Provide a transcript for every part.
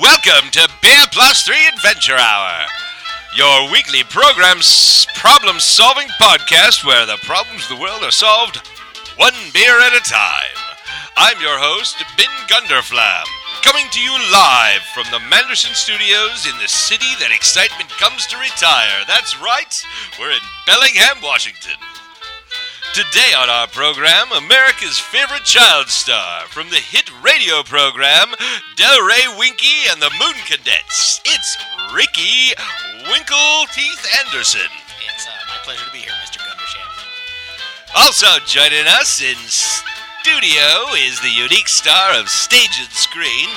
Welcome to Beer Plus 3 Adventure Hour, your weekly program s- problem solving podcast where the problems of the world are solved one beer at a time. I'm your host, Ben Gunderflam, coming to you live from the Manderson Studios in the city that excitement comes to retire. That's right, we're in Bellingham, Washington. Today on our program, America's favorite child star from the hit radio program Delray Winky and the Moon Cadets. It's Ricky Winkleteeth Anderson. It's uh, my pleasure to be here, Mr. Gundersham. Also joining us in studio is the unique star of stage and screen.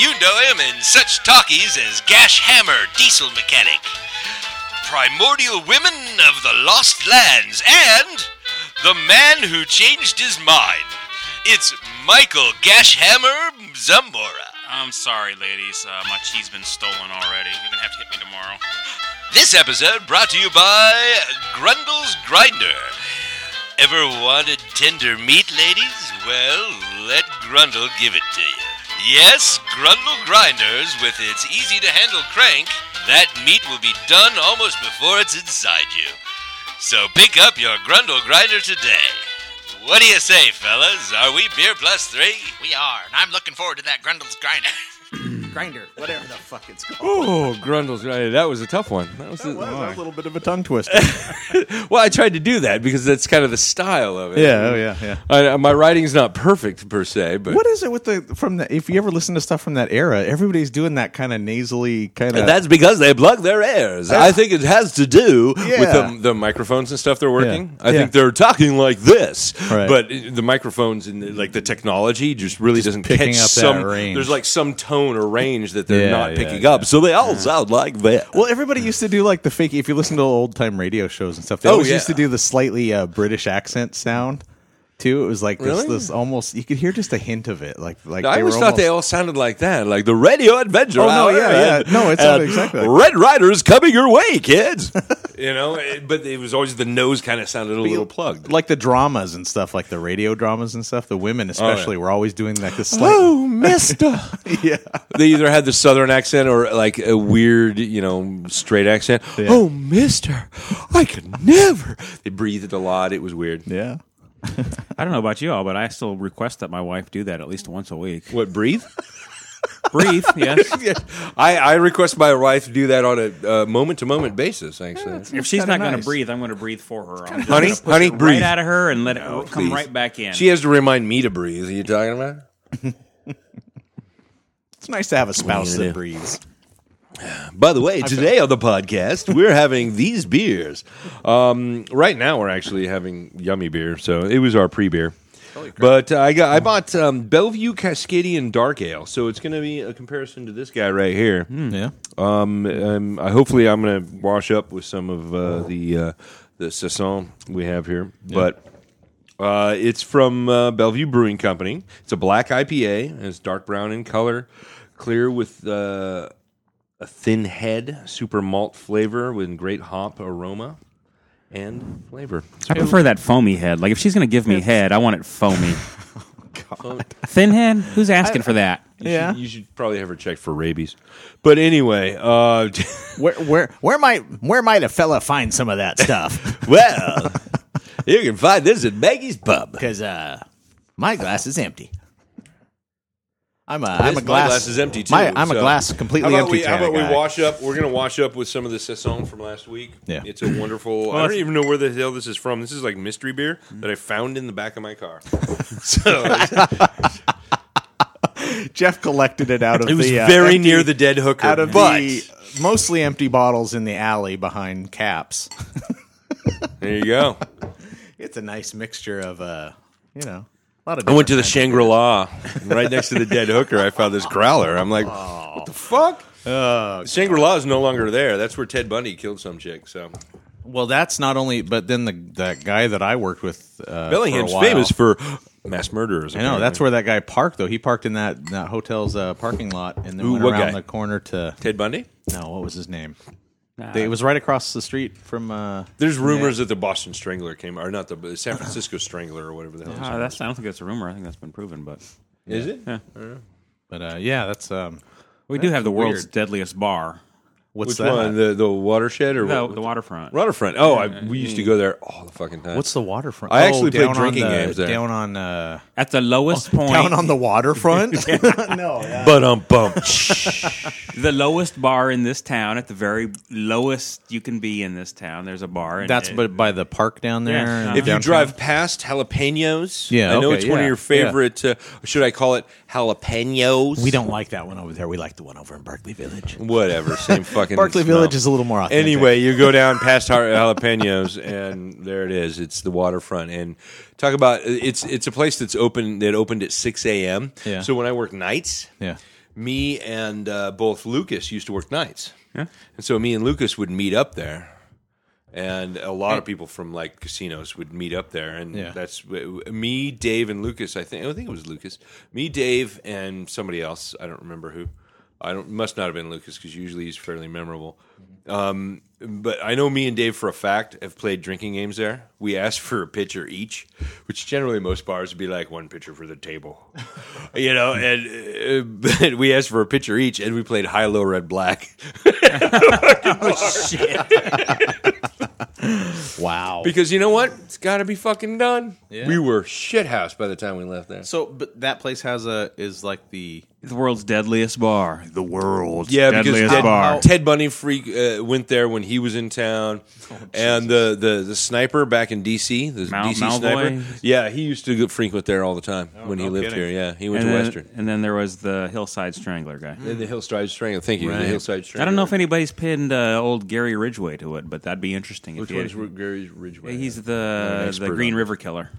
You know him in such talkies as Gash Hammer, Diesel Mechanic, Primordial Women of the Lost Lands, and The Man Who Changed His Mind. It's Michael Gash Hammer Zamora. I'm sorry, ladies. Uh, my cheese been stolen already. You're gonna have to hit me tomorrow. This episode brought to you by Grundle's Grinder. Ever wanted tender meat, ladies? Well, let Grundle give it to you. Yes, Grundle Grinders, with its easy to handle crank, that meat will be done almost before it's inside you. So pick up your Grundle Grinder today. What do you say, fellas? Are we beer plus three? We are, and I'm looking forward to that Grundle's grinder. grinder, whatever the fuck it's called. Oh, Grundle's right. That was a tough one. That was, a- That was a little bit of a tongue twister. well, I tried to do that because that's kind of the style of it. yeah, oh yeah, yeah. I, my writing's not perfect per se, but What is it with the from the? If you ever listen to stuff from that era, everybody's doing that kind of nasally kind of. that's because they plug their ears. I think it has to do with Ah. Yeah. the, the microphones and stuff they're working. Yeah. I Yeah. think they're talking like this, Right. but the microphones and the, like the technology just really doesn't picking catch up that some. range. There's like some tone or range that they're Yeah, not yeah, picking yeah. up, so they all sound like that. well, everybody used to do like the fake. If you listen to old time radio shows and stuff, they Oh, always yeah. used to do the slightly uh, British accent sound too. It was like this, Really? this almost you could hear just a hint of it. Like, like I they were always thought they almost- all sounded like that, like the radio adventure. Oh, no, hour yeah, and- yeah. No, it sounded and exactly like Red Rider's coming your way, kids. you know, it- but it was always the nose kind of sounded a little plugged. Like the dramas and stuff, like the radio dramas and stuff. The women especially were always doing like this slight. Oh, Mister! Yeah, they either had the southern accent or like a weird, you know, straight accent. Yeah. Oh, Mister! I could never. They breathed a lot. It was weird. yeah. I don't know about you all, but I still request that my wife do that at least once a week. What breathe? Breathe, yes. I, I request my wife to do that on a moment to moment basis. Actually, If she's kinda not going nice. to breathe, I'm going to breathe for her. I'm just Honey, gonna push honey, it right breathe. out of her and let it come please. right back in. she has to remind me to breathe. Are you talking about? It's nice to have a spouse you that do? breathes. By the way, today on the podcast, we're having these beers. Um, right now, we're actually having yummy beer, so it was our pre-beer. But uh, I got I bought um, Bellevue Cascadian Dark Ale, so it's going to be a comparison to this guy right here. Yeah. Um, um, I, hopefully, I'm going to wash up with some of uh, the uh, the saison we have here, but. Uh, it's from uh, Bellevue Brewing Company. It's a black IPA. And it's dark brown in color, clear with uh, a thin head, super malt flavor with great hop aroma and flavor. I prefer that foamy head. Like if she's going to give me head, I want it foamy. Thin head? Who's asking for that? You Yeah. should, you should probably have her checked for rabies. But anyway, uh, Where where where might where might a fella find some of that stuff? well, you can find this at Maggie's Pub. Because uh, my glass is empty. I'm a This- am a my glass. is empty too. my- I'm a so- glass completely how about empty. We, how kind about of we guy. wash up? We're gonna wash up with some of the saison from last week. Yeah. it's a wonderful. I don't even know where the hell this is from. This is like mystery beer that I found in the back of my car. so Jeff collected it out of it was the uh, very empty- near the dead hooker. out of but the mostly empty bottles in the alley behind caps. there you go. It's a nice mixture of uh, you know, a lot of. I went to the different Oh. Shangri La right next to the dead hooker. I found this growler. I'm like, what the fuck? Shangri La is no longer there. That's where Ted Bundy killed some chick. Uh, So Well, that's not only, but then the that guy that I worked with, uh, Bellingham's for a while- famous for mass murderers. I know that's where that guy parked though. He parked in that, that hotel's uh, parking lot and then Who- went what around guy? the corner to Ted Bundy. no, what was his name? They- it was right across the street from. Uh, There's rumors that the Boston Strangler came, or not the the San Francisco Strangler, or whatever the hell. Uh-huh. Uh, that's, I don't think that's a rumor. I think that's been proven. But Is it? but uh, yeah, that's um, we do have the world's weird. deadliest bar, what's Which that? one? The the watershed or the, what? the waterfront. Waterfront. Oh, I, we used to go there all the fucking time. What's the waterfront? Oh, I actually played down on drinking the- games there. Down on uh, At the lowest point, down on the waterfront. no, yeah. but um bump? the lowest bar in this town, at the very lowest you can be in this town, there's a bar. and that's it- but by the park down there. Yeah. and If you downtown. drive past jalapenos, Yeah, I know okay, it's one yeah, of your favorite. Uh, should I call it jalapenos? we don't like that one over there. We like the one over in Berkeley Village. Whatever, same fucking. Berkeley smell. Village is a little more authentic. Anyway, you go down past har- jalapenos, and there it is. It's the waterfront, and talk about it's it's a place that's open that opened at six a.m. Yeah. So when I work nights, yeah. me and uh, both Lucas used to work nights. Yeah. And so me and Lucas would meet up there. And a lot of people from like casinos would meet up there, and Yeah. that's w- w- me, Dave, and Lucas. I think I think it was Lucas, me, Dave, and somebody else. I don't remember who. I don't must not have been Lucas because usually he's fairly memorable. Um, but I know me and Dave for a fact have played drinking games there. We asked for a pitcher each, which generally most bars would be like one pitcher for the table, you know. And uh, but we asked for a pitcher each, and we played high, low, red, black. Wow. Because you know what? It's got to be fucking done. We were shit house by the time we left there. So, but that place has a is like the the world's deadliest bar. The world's Yeah, because Oh, deadliest Ted, bar. Ted Bundy freak uh, went there when he was in town, and the, the the sniper back in D.C. the Oh, Mal- D.C. Malvoy? sniper, yeah, he used to go frequent there all the time when he no lived kidding. here. Yeah, he went and to then, Western. and then there was the Hillside Strangler guy. And the hillside strangler. Thank you. The hillside strangler. I don't know if anybody's pinned uh, old Gary Ridgway to it, but that'd be interesting. which if one's he Ru- Gary's Ridgeway. He's Not an the expert the Green on it. River Killer.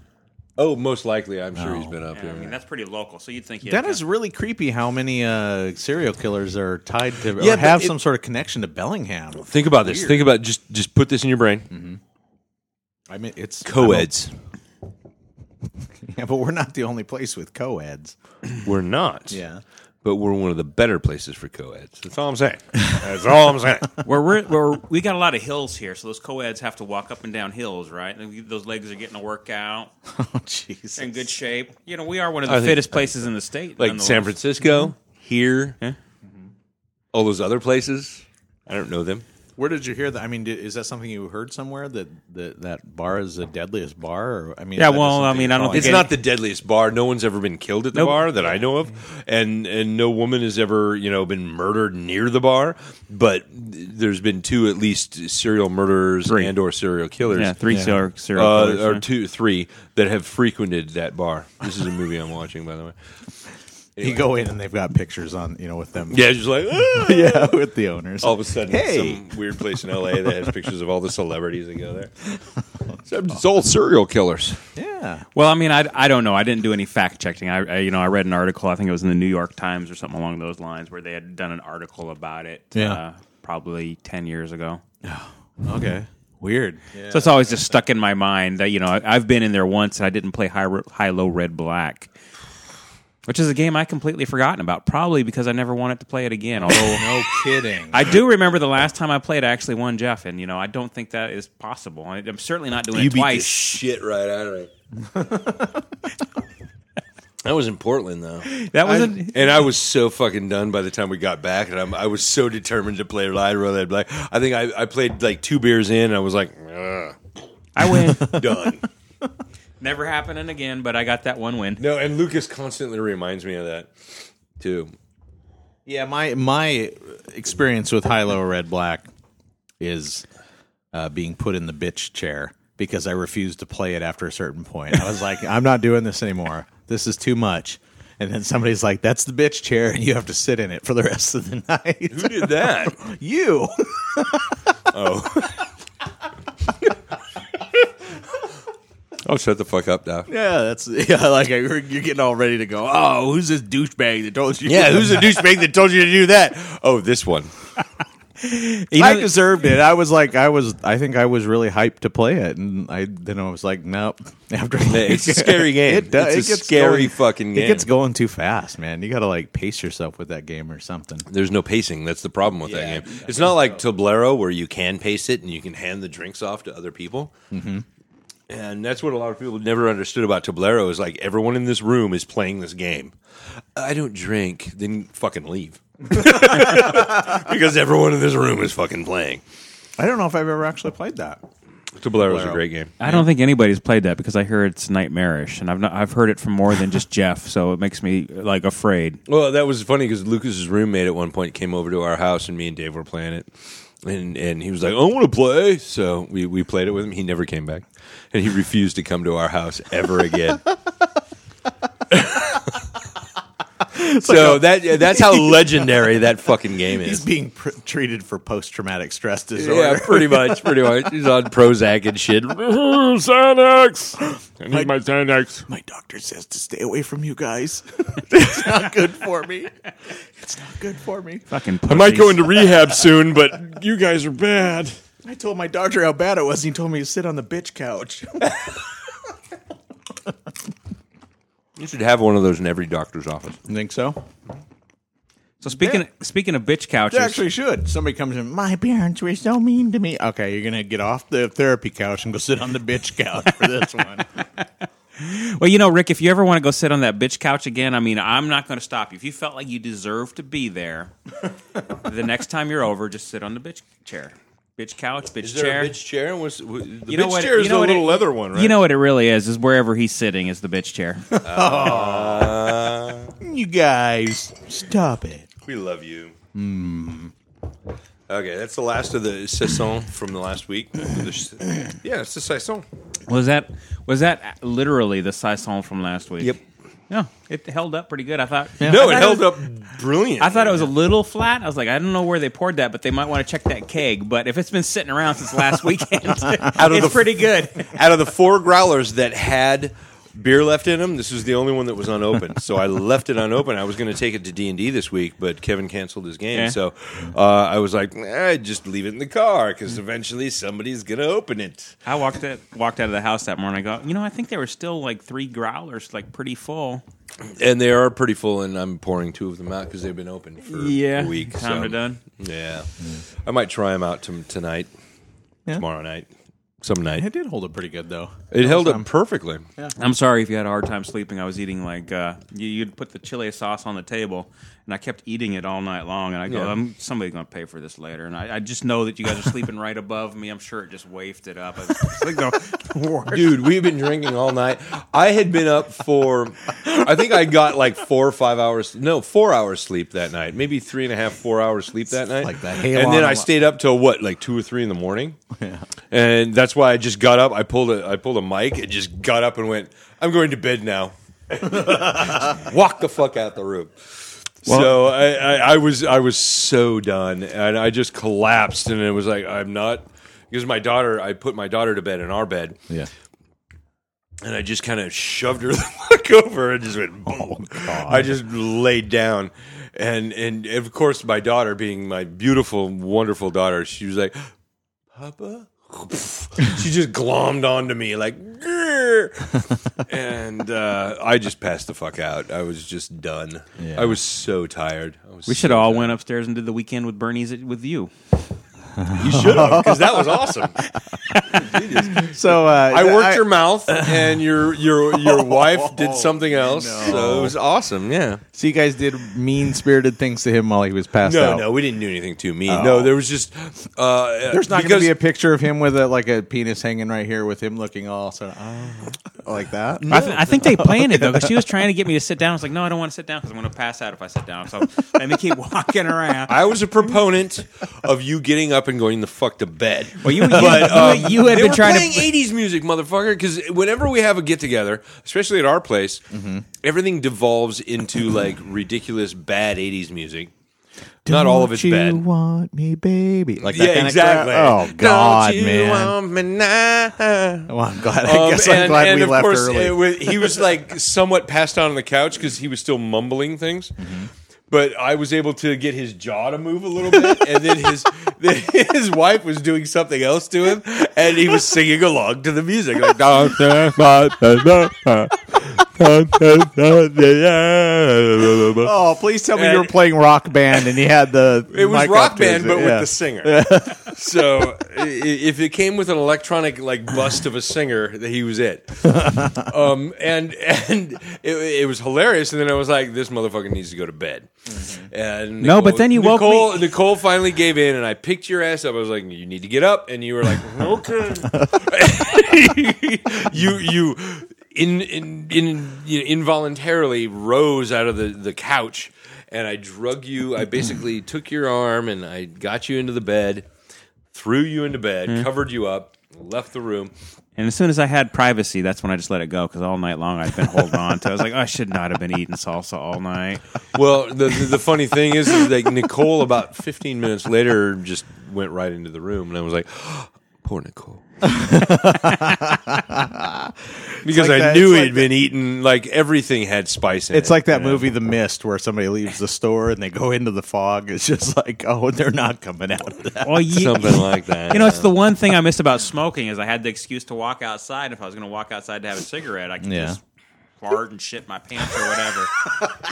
oh, most likely. I'm sure he's been up Oh. I here. mean, that's pretty local, so you'd think he that is really creepy. How many uh, serial killers are tied to Yeah, or but have it- some sort of connection to Bellingham? Think about this. Think about just just put this in your brain. I mean, it's Co-eds. Yeah, but we're not the only place with co-eds. We're not. Yeah. But we're one of the better places for co-eds. That's all I'm saying. That's all I'm saying. Where we're, where we got a lot of hills here, so those co-eds have to walk up and down hills, right? And those legs are getting a workout, Oh, Jesus. in good shape. You know, we are one of the I think- fittest places in the state. like nonetheless. San Francisco, here, Yeah. all those other places. I don't know them. Where did you hear that? I mean, did, is that something you heard somewhere that that, that bar is the deadliest bar? Or, I mean, Yeah, is that just well, I something mean, you I don't thought? think It's Okay. not the deadliest bar. No one's ever been killed at the Nope. bar that I know of, and and no woman has ever you know been murdered near the bar. But there's been two at least serial murderers Three. and or serial killers. Yeah, three serial, serial Uh, killers, or yeah. two, three that have frequented that bar. This is a movie I'm watching, by the way. you go in and they've got pictures on you know with them. Yeah, just like "Ah!" yeah, with the owners. all of a sudden, Hey! some weird place in LA that has pictures of all the celebrities that go there. Except it's all serial killers. yeah. Well, I mean, I, I don't know. I didn't do any fact checking. I, I you know I read an article. I think it was in the New York Times or something along those lines where they had done an article about it. uh, Yeah. probably ten years ago. Okay. Weird. So it's always just stuck in my mind that you know I, I've been in there once and I didn't play high high low red black. Which is a game I completely forgotten about, probably because I never wanted to play it again. Although No kidding. I do remember the last time I played, I actually won Jeff, and you know I don't think that is possible. I, I'm certainly not doing You it beat the twice. shit right out of it. I was in Portland though, That was I- and I was so fucking done by the time we got back, and I'm, I was so determined to play Ride Roll That Black. I think I, I played like two beers in, and I was like, "Ugh, I win. done. never happening again. But I got that one win. no, and Lucas constantly reminds me of that too. Yeah, my my experience with high low red black is uh, being put in the bitch chair because I refused to play it after a certain point. I was like, I'm not doing this anymore. This is too much. And then somebody's like, "That's the bitch chair, and you have to sit in it for the rest of the night." Who did that? you. oh, Oh, shut the fuck up, Doc. Yeah, that's yeah. Like I, you're getting all ready to go. Oh, who's this douchebag that told you? Yeah, who's the douchebag that told you to do that? Oh, this one. You I know- deserved it. I was like, I was. I think I was really hyped to play it, and I then I was like, nope. After It's a scary game. It does. It's it a gets scary going- fucking game. It gets going too fast, man. You got to like pace yourself with that game or something. There's no pacing. That's the problem with Yeah, that game. It's not like Tablero where you can pace it and you can hand the drinks off to other people. And that's what a lot of people never understood about Tablero is like everyone in this room is playing this game. I don't drink, then fucking leave. because everyone in this room is fucking playing. I don't know if I've ever actually played that. Tablero is a great game. I don't think anybody's played that because I hear it's nightmarish, and I've not, I've heard it from more than just Jeff, so it makes me like afraid. Well, that was funny because Lucas's roommate at one point came over to our house, and me and Dave were playing it, and and he was like, "I want to play," so we we played it with him. He never came back, and he refused to come to our house ever again. so that that's how legendary that fucking game He's is. being pr- treated for post traumatic stress disorder. Yeah, pretty much, pretty much. He's on Prozac and shit. Xanax. I need my Xanax. My doctor says to stay away from you guys. it's not good for me. It's not good for me. Fucking I might go into rehab soon, but you guys are bad. I told my doctor how bad it was, and he told me to sit on the bitch couch. You should have one of those in every doctor's office. think so? So speaking speaking of bitch couches, You actually should. Somebody comes in, my parents were so mean to me. Okay, you're going to get off the therapy couch and go sit on the bitch couch for this one. well, you know, Rick, if you ever want to go sit on that bitch couch again, I mean, I'm not going to stop you. If you felt like you deserved to be there, the next time you're over, just sit on the bitch chair, bitch couch, bitch chair. chair? And was, was, the You know what- you know what it- one, You know what it really is is wherever he's sitting is the bitch chair. you guys, stop it. Uh, we love you. Hmm. Okay, that's the last of the saison from the last week. The- yeah, it's the saison. was that was that literally the saison from last week? Yep. Yeah, it held up pretty good. I thought. No, I it thought held was- up brilliant. I thought it was a little flat. I was like, I don't know where they poured that, but they might want to check that keg. But if it's been sitting around since last weekend, of it's the- pretty good. out of the four growlers that had beer left in them. This was the only one that was unopened, so I left it unopened. I was going to take it to D and D this week, but Kevin canceled his game, Yeah. so uh, I was like, eh, just leave it in the car because eventually somebody's going to open it. I walked it, walked out of the house that morning. I go, you know, I think there were still like three growlers, like pretty full. And they are pretty full, and I'm pouring two of them out because they've been open for a week. time so- to done. Yeah. I might try them out to, tonight, Yeah. tomorrow night, some It night. did hold up pretty good, though. It held up perfectly. I'm sorry if you had a hard time sleeping. I was eating like uh, you, you'd put the chili sauce on the table, and I kept eating it all night long. And I go, Yeah. I'm somebody's going to pay for this later. And I, I just know that you guys are sleeping right above me. I'm sure it just wafted up. I was like, no. Dude, we've been drinking all night. I had been up for, I think I got like four or five hours, no, four hours sleep that night, maybe three and a half, four hours sleep that night. Like that hail And then on I a- stayed up till what, like two or three in the morning? Yeah. And that's why I just got up. I pulled a, I pulled a mic and just got up and went, I'm going to bed now. Walk the fuck out the room. so I, I, I was I was so done, and I just collapsed, and it was like I'm not because my daughter. I put my daughter to bed in our bed, Yeah. and I just kind of shoved her the fuck over and just went boom. I just laid down. And and of course my daughter being my beautiful, wonderful daughter, she was like, Papa? she just glommed onto me like "Grr." and uh, I just passed the fuck out. I was just done. Yeah. I was so tired. I was We so should have all went upstairs and did the weekend with Bernie's at- with you. You should have because that was awesome. So uh, I worked your mouth and your your your wife did something else. So it was awesome. Yeah. So you guys did mean spirited things to him while he was passed No, out. no, we didn't do anything to me. No, there was just uh, oh. There's not going because- to be a picture of him with a, like a penis hanging right here with him looking all sort of oh, like that. I, th- I think they planned it though, because she was trying to get me to sit down. I was like, no, I don't want to sit down because I'm going to pass out if I sit down. So let me keep walking around. I was a proponent of you getting up and going the fuck to bed. um, Well, you, you, you, you had they been were trying playing to. 80s music, motherfucker, because whenever we have a get together, especially at our Mm-hmm. place, everything devolves into like ridiculous bad 80s music. Not all of it's you bad. want me, baby? Like that yeah, kind exactly. Of crap? oh Don't God, you man. want me now? well, I'm glad. I Um, guess I'm and- glad and we of left course, early. it wa- he was like somewhat passed out on the couch because he was still mumbling things. Mm-hmm. But I was able to get his jaw to move a little bit, and then his then his wife was doing something else to him, and he was singing along to the music. Like, oh, please tell me and- you were playing Rock Band and you had the. it was mic up rock to his- band, but with yeah. the singer. so i- i- if it came with an electronic like bust of a singer, that he was it. um, and and it, it was hilarious. And then I was like, this motherfucker needs to go to bed. And No, but then you woke me- Nicole, Nicole finally gave in, and I picked your ass up. I was like, you need to get up, and you were like, okay. you you in in in you know, involuntarily rose out of the the couch and I drug you I basically took your arm and I got you into the bed threw you into bed Hmm. covered you up left the room And as soon as I had privacy, that's when I just let it go because all night long I'd been holding on to. it. I was like, "Oh, I should not have been eating salsa all night. well the the, the funny thing is, is that Nicole about 15 minutes later just went right into the room and I was like poor Nicole because like I that- knew it's he'd like been eating like everything had spice in it It's like that movie, The Mist, where somebody leaves the store and they go into the fog. It's just like, oh, they're not coming out of that. Well, you, something like that you know, it's the one thing I missed about smoking is I had the excuse to walk outside. If I was going to walk outside to have a cigarette, I could Yeah. just fart and shit my pants or whatever.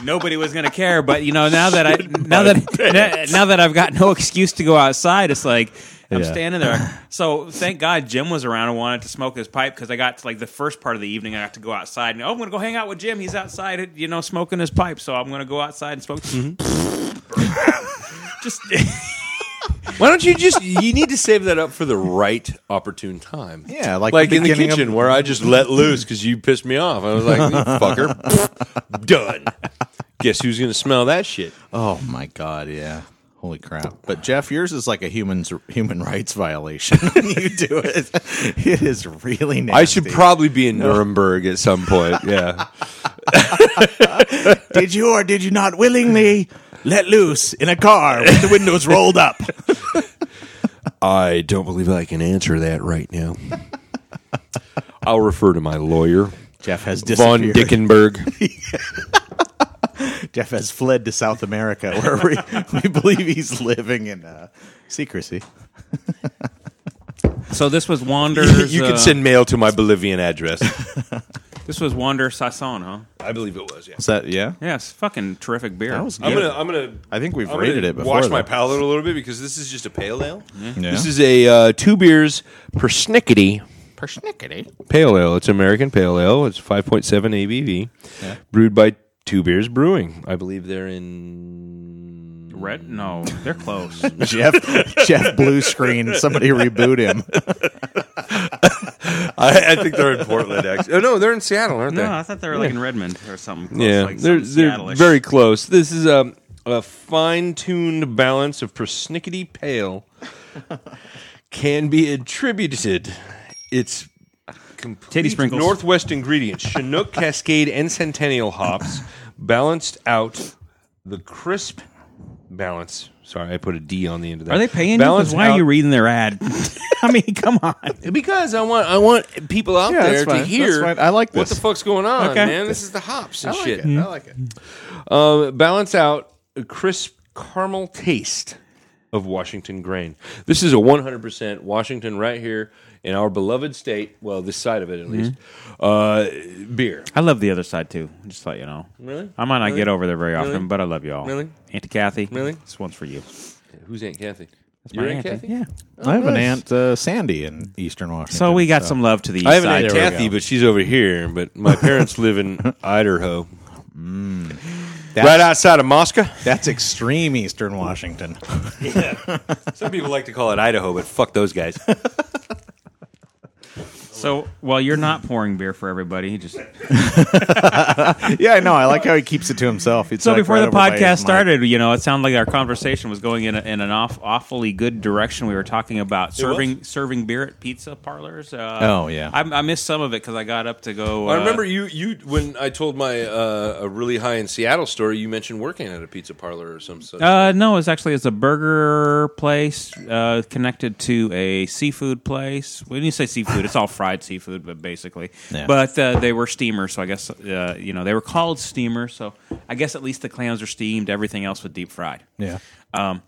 Nobody was going to care. But you know, now that I now that now that I've got no excuse to go outside, it's like. I'm Yeah. standing there. So thank God Jim was around and wanted to smoke his pipe because I got to like the first part of the evening. I got to go outside and oh, I'm going to go hang out with Jim. He's outside, you know, smoking his pipe. So I'm going to go outside and smoke. Just Why don't you just? You need to save that up for the right opportune time. Yeah, like like the in the beginning of- kitchen where I just let loose because you pissed me off. I was like, "You fucker, done. Guess who's gonna smell that shit? Oh my god, yeah. Holy crap! But Jeff, yours is like a human's human rights violation. when you do it. It is really nasty. I should probably be in Nuremberg at some point. Yeah, Did you or did you not willingly let loose in a car with the windows rolled up? I don't believe I can answer that right now. I'll refer to my lawyer, Jeff has Von disappeared. Dickenberg. Jeff has fled to South America, where we, we believe he's living in uh, secrecy. so this was Wander's. you uh, can send mail to my Bolivian address. This was Wander Sasson, huh? I believe it was. Yeah. Is that yeah? Yes, fucking terrific beer. That was good. I'm gonna. I'm gonna. I think we've I'm gonna rated it before. Wash though. my palate a little bit because this is just a pale ale. Yeah. This is a uh, two beers persnickety. Persnickety pale ale. It's American pale ale. It's 5.7 ABV, brewed by Two Beers Brewing. I believe they're in. Red? No, they're close. Jeff Jeff blue screen. Somebody reboot him. I, I think they're in Portland. Actually, oh no, they're in Seattle, aren't no, I thought they were like in Redmond or something. Close, Yeah, like they're something they're Seattle-ish. very close. This is a a fine-tuned balance of persnickety pale can be attributed its complete sprinkles. northwest ingredients: Chinook, Cascade, and Centennial hops, balanced out the crisp balance. Sorry, I put a D on the end of that. Are they paying Balance you? 'Cause Why are you out- reading their ad? I mean, come on. because I want I want people out Yeah, that's there fine. to That's hear fine. I like what the this. fuck's going on, Okay. man. This is the hops and shit. I like it. Um, balance out a crisp caramel taste of Washington grain. This is a 100% Washington right here in our beloved state. Well, this side of it at least. Uh, beer. I love the other side too. Just to let you know. Really? I might not get over there very often, but I love you all. Really? Auntie Kathy. Really? This one's for you. Who's Aunt Kathy? That's My auntie. Yeah. I have an aunt uh, Sandy in Eastern Washington. So we got some love to the east I have an side. Aunt There we Kathy, go. but she's over here. But my parents live in Idaho, That's- right outside of Moscow. That's extreme Eastern Washington. Some people like to call it Idaho, but fuck those guys. So while you're not pouring beer for everybody, he just Yeah, I know. I like how he keeps it to himself. It's so like before right the over by his podcast mic. started, you know, it sounded like our conversation was going in, a, in an off, awfully good direction. We were talking about serving serving beer at pizza parlors. Uh, Oh, yeah. I, I missed some of it because I got up to go. I uh, remember you you when I told my uh, a really high in Seattle story. You mentioned working at a pizza parlor or some such. Uh, no, it's actually it's a burger place uh, connected to a seafood place. When you say seafood, it's all fried seafood, but basically, Yeah. but uh, they were steamers, so I guess uh, you know they were called steamers. So I guess at least the clams are steamed. Everything else was deep fried. Yeah. Um,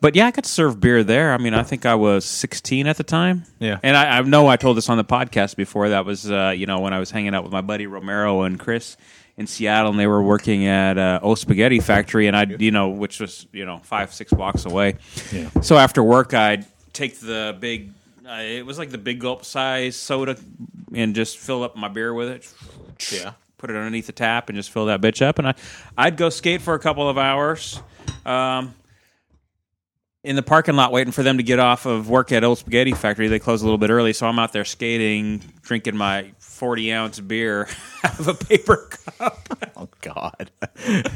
but yeah, I got to serve beer there. I mean, I think I was 16 at the time. Yeah. And I, I know I told this on the podcast before. That was, uh, you know, when I was hanging out with my buddy Romero and Chris in Seattle, and they were working at uh, Old Spaghetti Factory, and I, you know, which was, you know, five, six blocks away. Yeah. So after work, I'd take the big, uh, it was like the big gulp size soda and just fill up my beer with it Yeah. put it underneath the tap and just fill that bitch up. And I, I'd go skate for a couple of hours um, in the parking lot waiting for them to get off of work at Old Spaghetti Factory. They close a little bit early, so I'm out there skating, drinking my 40 ounce beer out of a paper cup. Oh God.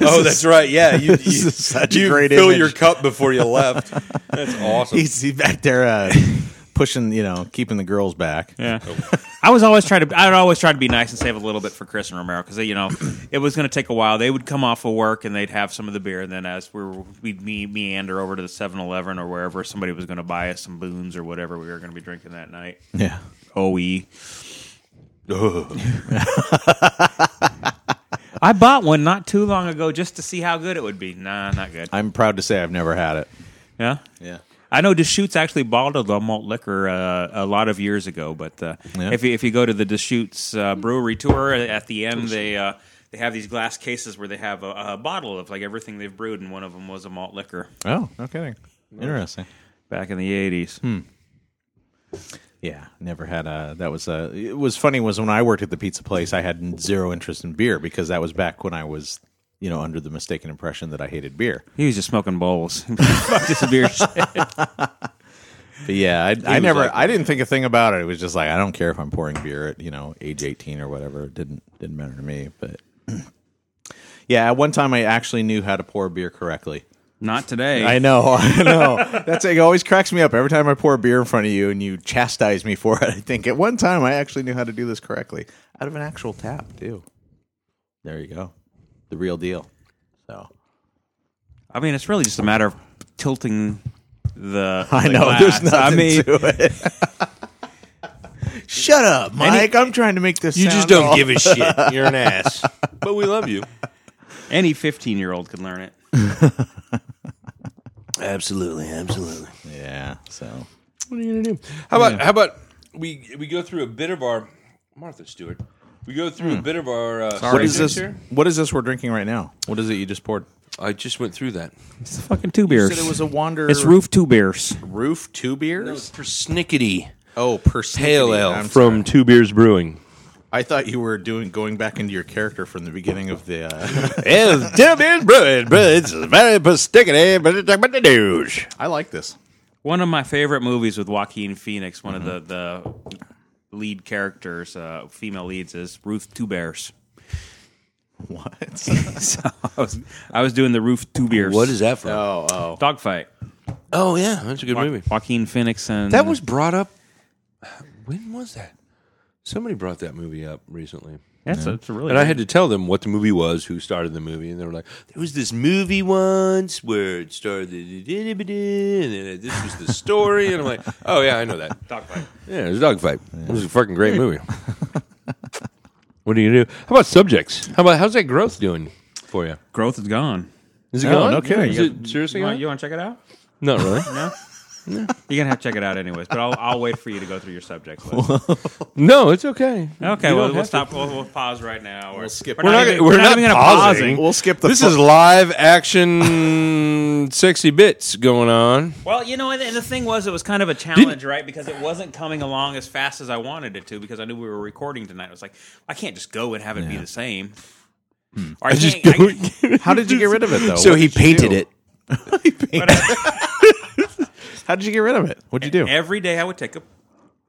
oh, that's right. Yeah, you, you, is such a you great fill image. your cup before you left. That's awesome. He's he's back there uh, pushing, you know, keeping the girls back. Yeah. I was always trying to. I'd always try to be nice and save a little bit for Chris and Romero because you know it was going to take a while. They would come off of work and they'd have some of the beer, and then as we were, we'd me- meander over to the 7-Eleven or wherever somebody was going to buy us some boons or whatever we were going to be drinking that night. E. Yeah. OE. I bought one not too long ago just to see how good it would be. Nah, not good. I'm proud to say I've never had it. Yeah. Yeah. I know Deschutes actually bottled the malt liquor uh, a lot of years ago, but uh, Yeah. if, you, if you go to the Deschutes uh, brewery tour, at the end they uh, they have these glass cases where they have a, a bottle of like everything they've brewed, and one of them was a malt liquor Oh, no kidding. Interesting. back in the eighties. Yeah, never had a. That was a. It was funny was when I worked at the pizza place, I had zero interest in beer because that was back when I was, you know, under the mistaken impression that I hated beer. He was just smoking bowls, Fuck this beer shit. But yeah, I, I was never. like- I didn't think a thing about it. It was just like I don't care if I'm pouring beer at you know age 18 or whatever. It didn't didn't matter to me. But yeah, at one time I actually knew how to pour beer correctly. Not today. I know, I know. That's it always cracks me up every time I pour beer in front of you and you chastise me for it. I think at one time I actually knew how to do this correctly out of an actual tap too. There you go, the real deal. So I mean, it's really just a matter of tilting the. I the know glass. there's nothing I mean, to it. Shut up, Mike. I'm trying to make this. you just sound don't all- give a shit. You're an ass, but we love you. any fifteen-year-old can learn it. Absolutely, absolutely. Yeah. So What are you gonna do? How about how about we we go through a bit of our Martha Stewart. We go through a bit of our. Uh, what is subjects this? here? What is this we're drinking right now? What is it you just poured? I just went through that. It's fucking two beers. said it was a wander. it's roof two beers. roof two That beers. was persnickety Oh, per pale ale from Two Beers Brewing. I thought you were doing going back into your character from the beginning of the. Uh, It's Two Beers Brewing, but it's very persnickety, but it's about the news. I like this. One of my favorite movies with Joaquin Phoenix, one Mm-hmm. of the, the lead characters, uh, female leads, is Ruth Two Bears. What? so I was, I was doing the Ruth Two Bears. What is that from? oh, oh. Dogfight. oh yeah, that's a good movie. Joaquin Phoenix and That was brought up. When was that? Somebody brought that movie up recently. that's a, it's a really And I had to tell them what the movie was, who started the movie, and they were like, "There was this movie once where it started, and then this was the story." And I'm like, "Oh yeah, I know that. Dogfight. Yeah, it was a dogfight. It was a fucking great movie." what are you gonna do? How about subjects? How about how's that growth doing for you? Growth is gone. Is it No, gone? Oh, no kidding. Is it seriously You want, gone? you want to check it out? Not really. No. You're gonna have to check it out anyways, but I'll, I'll wait for you to go through your subjects. list. No, it's okay. You Okay, well don't we'll have stop. We'll, we'll pause right now. Or, we'll skip We're it. We're not, not, even, we're not even gonna pausing. pausing. We'll skip the This fu- is live action, sexy bits going on. Well, you know, and and the thing was, it was kind of a challenge, right? Because it wasn't coming along as fast as I wanted it to. Because I knew we were recording tonight. I was like, I can't just go and have it be the same. Hmm. Or I, Just can't- go- I- How did you get rid of it though? so What he did you painted do? it. How did you get rid of it? What'd you do? every day I would take a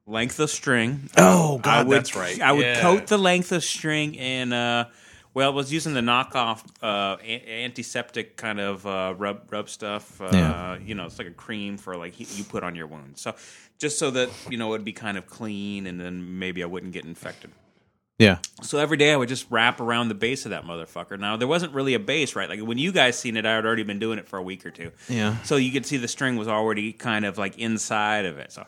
length of string. Oh, I God, would, that's right. I would Yeah. coat the length of string in, uh, well, I was using the knockoff uh, a- antiseptic kind of uh, rub rub stuff. Uh, Yeah. You know, it's like a cream for like he- you put on your wound. So just so that you know it'd be kind of clean, and then maybe I wouldn't get infected. Yeah. So every day I would just wrap around the base of that motherfucker. Now there wasn't really a base, right? Like when you guys seen it, I had already been doing it for a week or two. Yeah. So you could see the string was already kind of like inside of it. So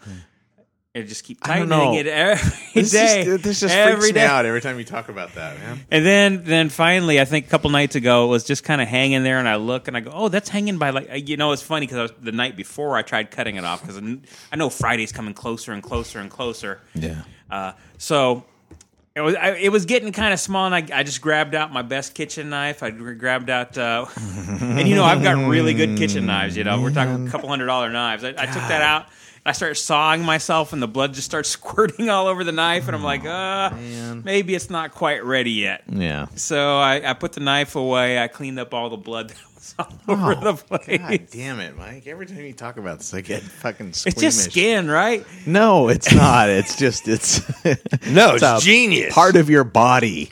it just keep don't tightening know. it every This day. just, this just every freaks me day. out every time you talk about that, man. And then, then finally, I think a couple nights ago, it was just kind of hanging there, and I look and I go, "Oh, that's hanging by like you know." It's funny because the night before I tried cutting it off because I know Friday's coming closer and closer and closer. Yeah. Uh, so it was I, it was getting kind of small, and I, I just grabbed out my best kitchen knife. I gr- grabbed out, uh, and you know I've got really good kitchen knives. You know, we're Mm-hmm. talking a couple hundred dollar knives. I, I took that out. I started sawing myself, and the blood just starts squirting all over the knife. And I'm like, uh, maybe it's not quite ready yet. Yeah. So I, I put the knife away. I cleaned up all the blood that was all over the place. Oh, God damn it, Mike. Every time you talk about this, I get fucking squeamish. It's just skin, right? No, it's not. It's just it's No, a it's genius. part of your body.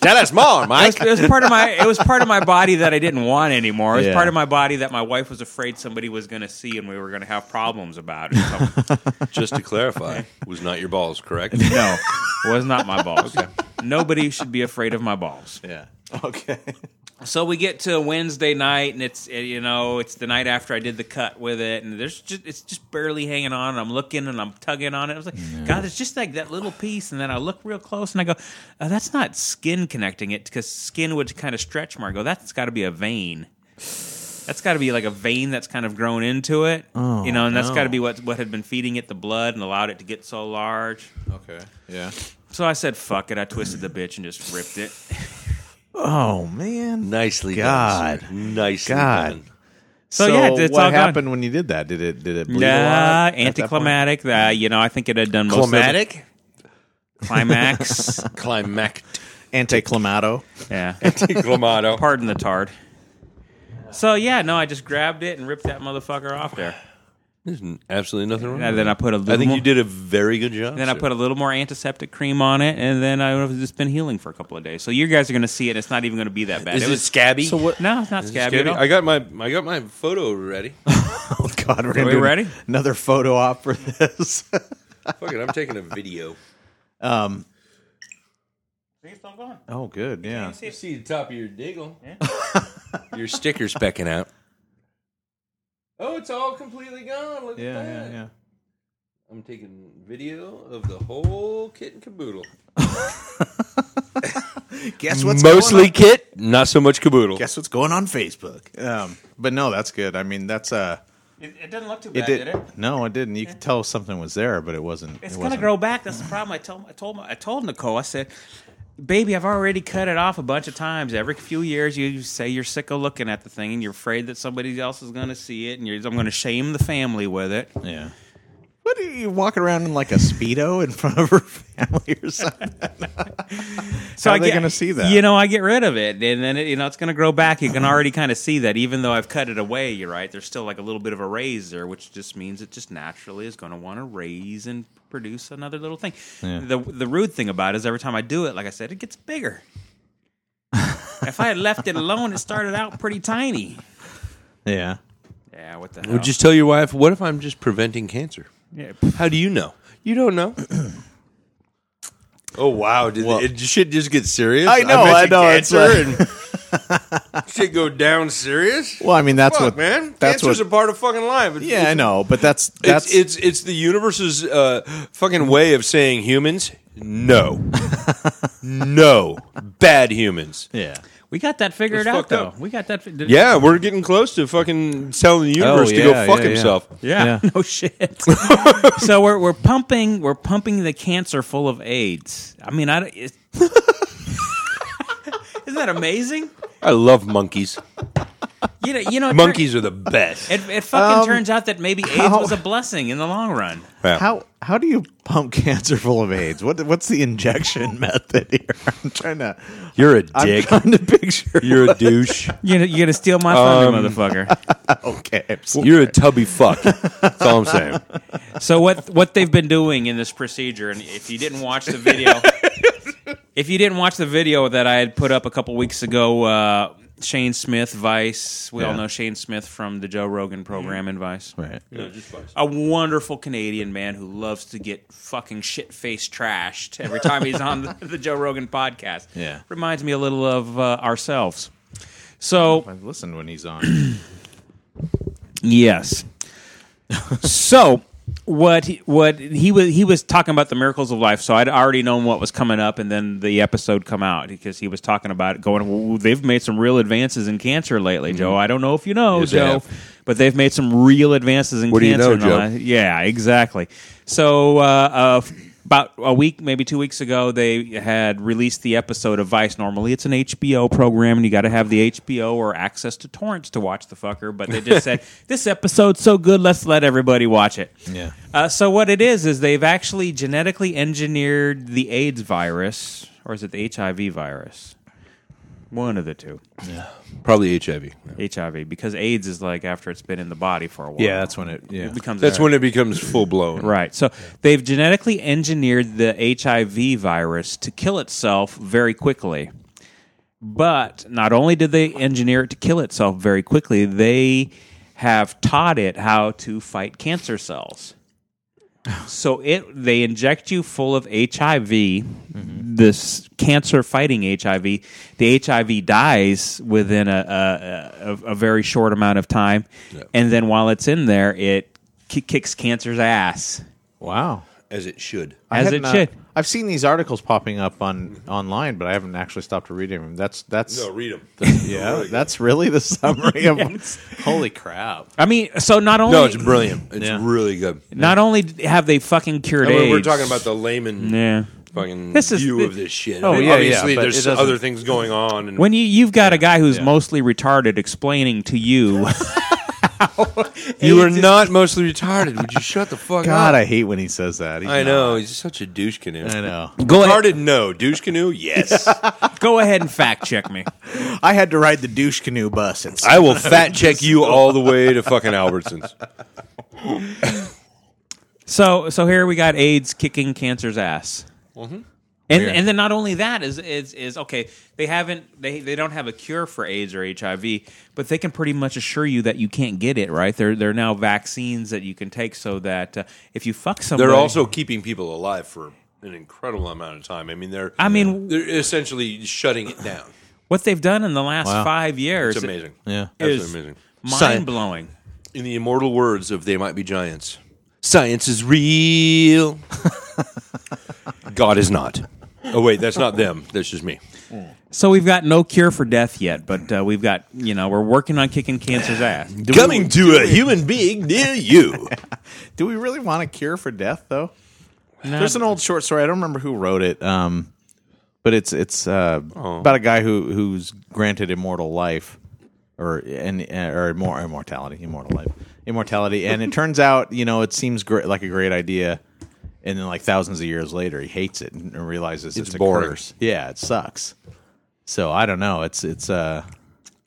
Tell us more, Mike. It was part of my it was part of my body that I didn't want anymore. It was Yeah. part of my body that my wife was afraid somebody was going to see and we were going to have problems about. It so, Just to clarify, was not your balls correct? no, it was not my balls. Nobody should be afraid of my balls. Yeah. Okay. So we get to Wednesday night and it's uh, you know it's the night after I did the cut with it and there's just it's just barely hanging on. And I'm looking and I'm tugging on it. I was like, God, it's just like that little piece. And then I look real close and I go, uh, that's not skin connecting it because skin would kind of stretch more. I go, that's got to be a vein. That's got to be like a vein that's kind of grown into it, Oh, you know, and that's got to be what what had been feeding it the blood and allowed it to get so large. Okay. Yeah. So I said, "Fuck it!" I twisted the bitch and just ripped it. Oh man. Nicely God. done. sir. Nicely God. done. So, yeah, it's what all gone. happened when you did that? Did it did it bleed a lot Yeah, at that point? anticlimactic. Uh, you know, I think it had done most Climatic? of the climax. Climactic. Anticlimato. yeah, Clamato. pardon the tard. So yeah, no, I just grabbed it and ripped that motherfucker off there, There's n- absolutely nothing wrong. with and then I put a it. little. I think more, you did a very good job. Then I sir. put a little more antiseptic cream on it, and then I've just been healing for a couple of days. So you guys are going to see it. It's not even going to be that bad. Is it it was scabby? So what? no, it's not scabby. at all. I got my I got my photo ready. Oh God, we're gonna we do ready? another photo op for this. Fuck it, I'm taking a video. um. See, it's all gone. Oh, good. Yeah. You see the top of your diggle. your sticker's pecking out. Oh, it's all completely gone. Look Yeah. at that. Yeah. Yeah. I'm taking video of the whole kit and caboodle. Guess what's Mostly kit, not so much caboodle. Guess what's going on Facebook? Um, but no, that's good. I mean, that's uh, It, it doesn't look too it bad, did, did it? No, it didn't. You could tell something was there, but it wasn't. It's it gonna wasn't- grow back. That's the problem. I told I told my- I told Nicole. I said, "Baby, I've already cut it off a bunch of times. Every few years, you say you're sick of looking at the thing, and you're afraid that somebody else is gonna see it, and you're, I'm gonna shame the family with it." Yeah. What are you walking around in like a speedo in front of her family or something? So How I are they get- gonna see that? You know, I get rid of it, and then it, you know it's gonna grow back. You can already kind of see that, even though I've cut it away. You're right. There's still like a little bit of a raise there, which just means it just naturally is gonna want to raise and produce another little thing. The the rude thing about it is every time I do it, like I said, it gets bigger. if I had left it alone, it started out pretty tiny. Yeah. Yeah, what the Or hell? just tell your wife, what if I'm just preventing cancer? Yeah, How do you know? You don't know. oh wow! Did Well- it just- shit just get serious? I know, I mentioned know, it's cancer and shit go down serious. Well, I mean, that's Fuck, what man. That's Cancer's what. a part of fucking life. It's- yeah, I know, but that's that's It's, it's it's the universe's uh, fucking way of saying humans no, no bad humans. yeah. we got that figured It's out fucked though. up. We got that. fi- did- Yeah, we're getting close to fucking telling the universe to Oh, yeah, go fuck yeah, yeah. himself. Yeah. No Oh, shit. so we're we're pumping we're pumping the cancer full of AIDS. I mean, I don't- it, Isn't that amazing? I love monkeys. You know, you know, it turn- Monkeys are the best. It, it fucking turns out that maybe AIDS was a blessing in the long run. How how do you pump cancer full of AIDS? What what's the injection method here? I'm trying to You're a I'm dick. trying to picture. You're a douche. You're, you're gonna steal my Um, thunder, motherfucker. okay. I'm sorry. You're a tubby fuck. That's all I'm saying. So what what they've been doing in this procedure, and if you didn't watch the video, if you didn't watch the video that I had put up a couple weeks ago, uh, Shane Smith, Vice, we all Yeah. Mm-hmm. know Shane Smith from the Joe Rogan program in Vice, Right. a wonderful Canadian man who loves to get fucking shit faced trashed every time he's on the, the Joe Rogan podcast. Yeah. reminds me a little of uh, ourselves. So I've listened when he's on. Yes. so what he- what he was he was talking about the miracles of life. So I'd already known what was coming up, and then the episode come out because he was talking about it going. "Ooh, they've made some real advances in cancer lately, Joe. I don't know if you know, Yes, Mm-hmm. they Joe, have. but they've made some real advances in What do you cancer. know, in the Joe? last- yeah, exactly. So uh, uh, f- about a week, maybe two weeks ago, they had released the episode of Vice. Normally, it's an HBO program, and you got to have the HBO or access to torrents to watch the fucker. But they just said this episode's so good, let's let everybody watch it. Yeah. Uh, so what it is is they've actually genetically engineered the AIDS virus, or is it the HIV virus? One of the two, Probably HIV. HIV, because AIDS is like after it's been in the body for a while. Yeah, that's when it. Yeah. it becomes That's a- when it becomes full blown. Right. So they've genetically engineered the HIV virus to kill itself very quickly. But not only did they engineer it to kill itself very quickly, they have taught it how to fight cancer cells. So it they inject you full of HIV, this cancer fighting HIV. The HIV dies within a a, a, a very short amount of time, and then while it's in there, it ki- kicks cancer's ass. Wow. As it should. I As had it should. I've seen these articles popping up on online, but I haven't actually stopped to read them. That's that's read them. yeah, that's really the summary of. Holy crap! I mean, so not only No, it's brilliant. It's Yeah. really good. not only have they fucking cured I mean, we're AIDS- talking about the layman yeah. fucking This is- view thi- of this shit. Oh, yeah, Obviously, yeah, but it there's doesn't- other things going on. And When you you've got a guy who's Yeah. mostly retarded explaining to you, you are not mostly retarded. Would you shut the fuck God, up? I hate when he says that. He's I not- know. He's such a douche canoe. I know. go ahead, Retarded, no. Douche canoe, yes. go ahead and fact check me. I had to ride the douche canoe bus. It's I will fat check you all the way to fucking Albertsons. So so here we got AIDS kicking cancer's ass. Mm-hmm. And, and then not only that is is is okay they haven't they they don't have a cure for AIDS or HIV but they can pretty much assure you that you can't get it right there there are now vaccines that you can take so that uh, if you fuck somebody They're also keeping people alive for an incredible amount of time. I mean, they're I mean- they're essentially shutting it down. what they've done in the last Wow. five years It's amazing. yeah. Absolutely is amazing. mind blowing In the immortal words of "They Might Be Giants," science is real. God is not. Oh wait, that's not them. That's just me. so we've got no cure for death yet but uh, we've got you know we're working on kicking cancer's ass Coming to a human being near you. Do we really want a cure for death, though? There's an old short story. I don't remember who wrote it, um, but it's it's uh, about a guy who who's granted immortal life or and or more immortality, immortal life, immortality, and it turns out you know it seems great like a great idea, and then like thousands of years later he hates it and realizes it's, a boring. curse. Yeah, it sucks. So I don't know. It's it's uh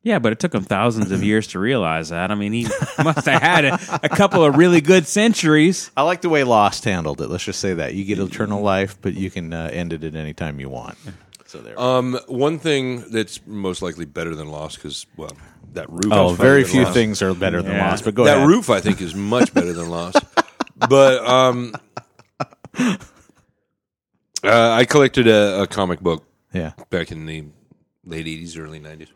Yeah, but it took him thousands of years to realize that. I mean, he must have had a, a couple of really good centuries. I like the way Lost handled it. Let's just say that you get eternal life, but you can uh, end it at any time you want. So there. Um, one thing that's most likely better than Lost because well, that roof. is Oh, fucking very few Lost. things are better than Yeah. Lost, but go that ahead. roof I think is much better than Lost. but um, uh, I collected a, a comic book Yeah. back in the late eighties, early 90s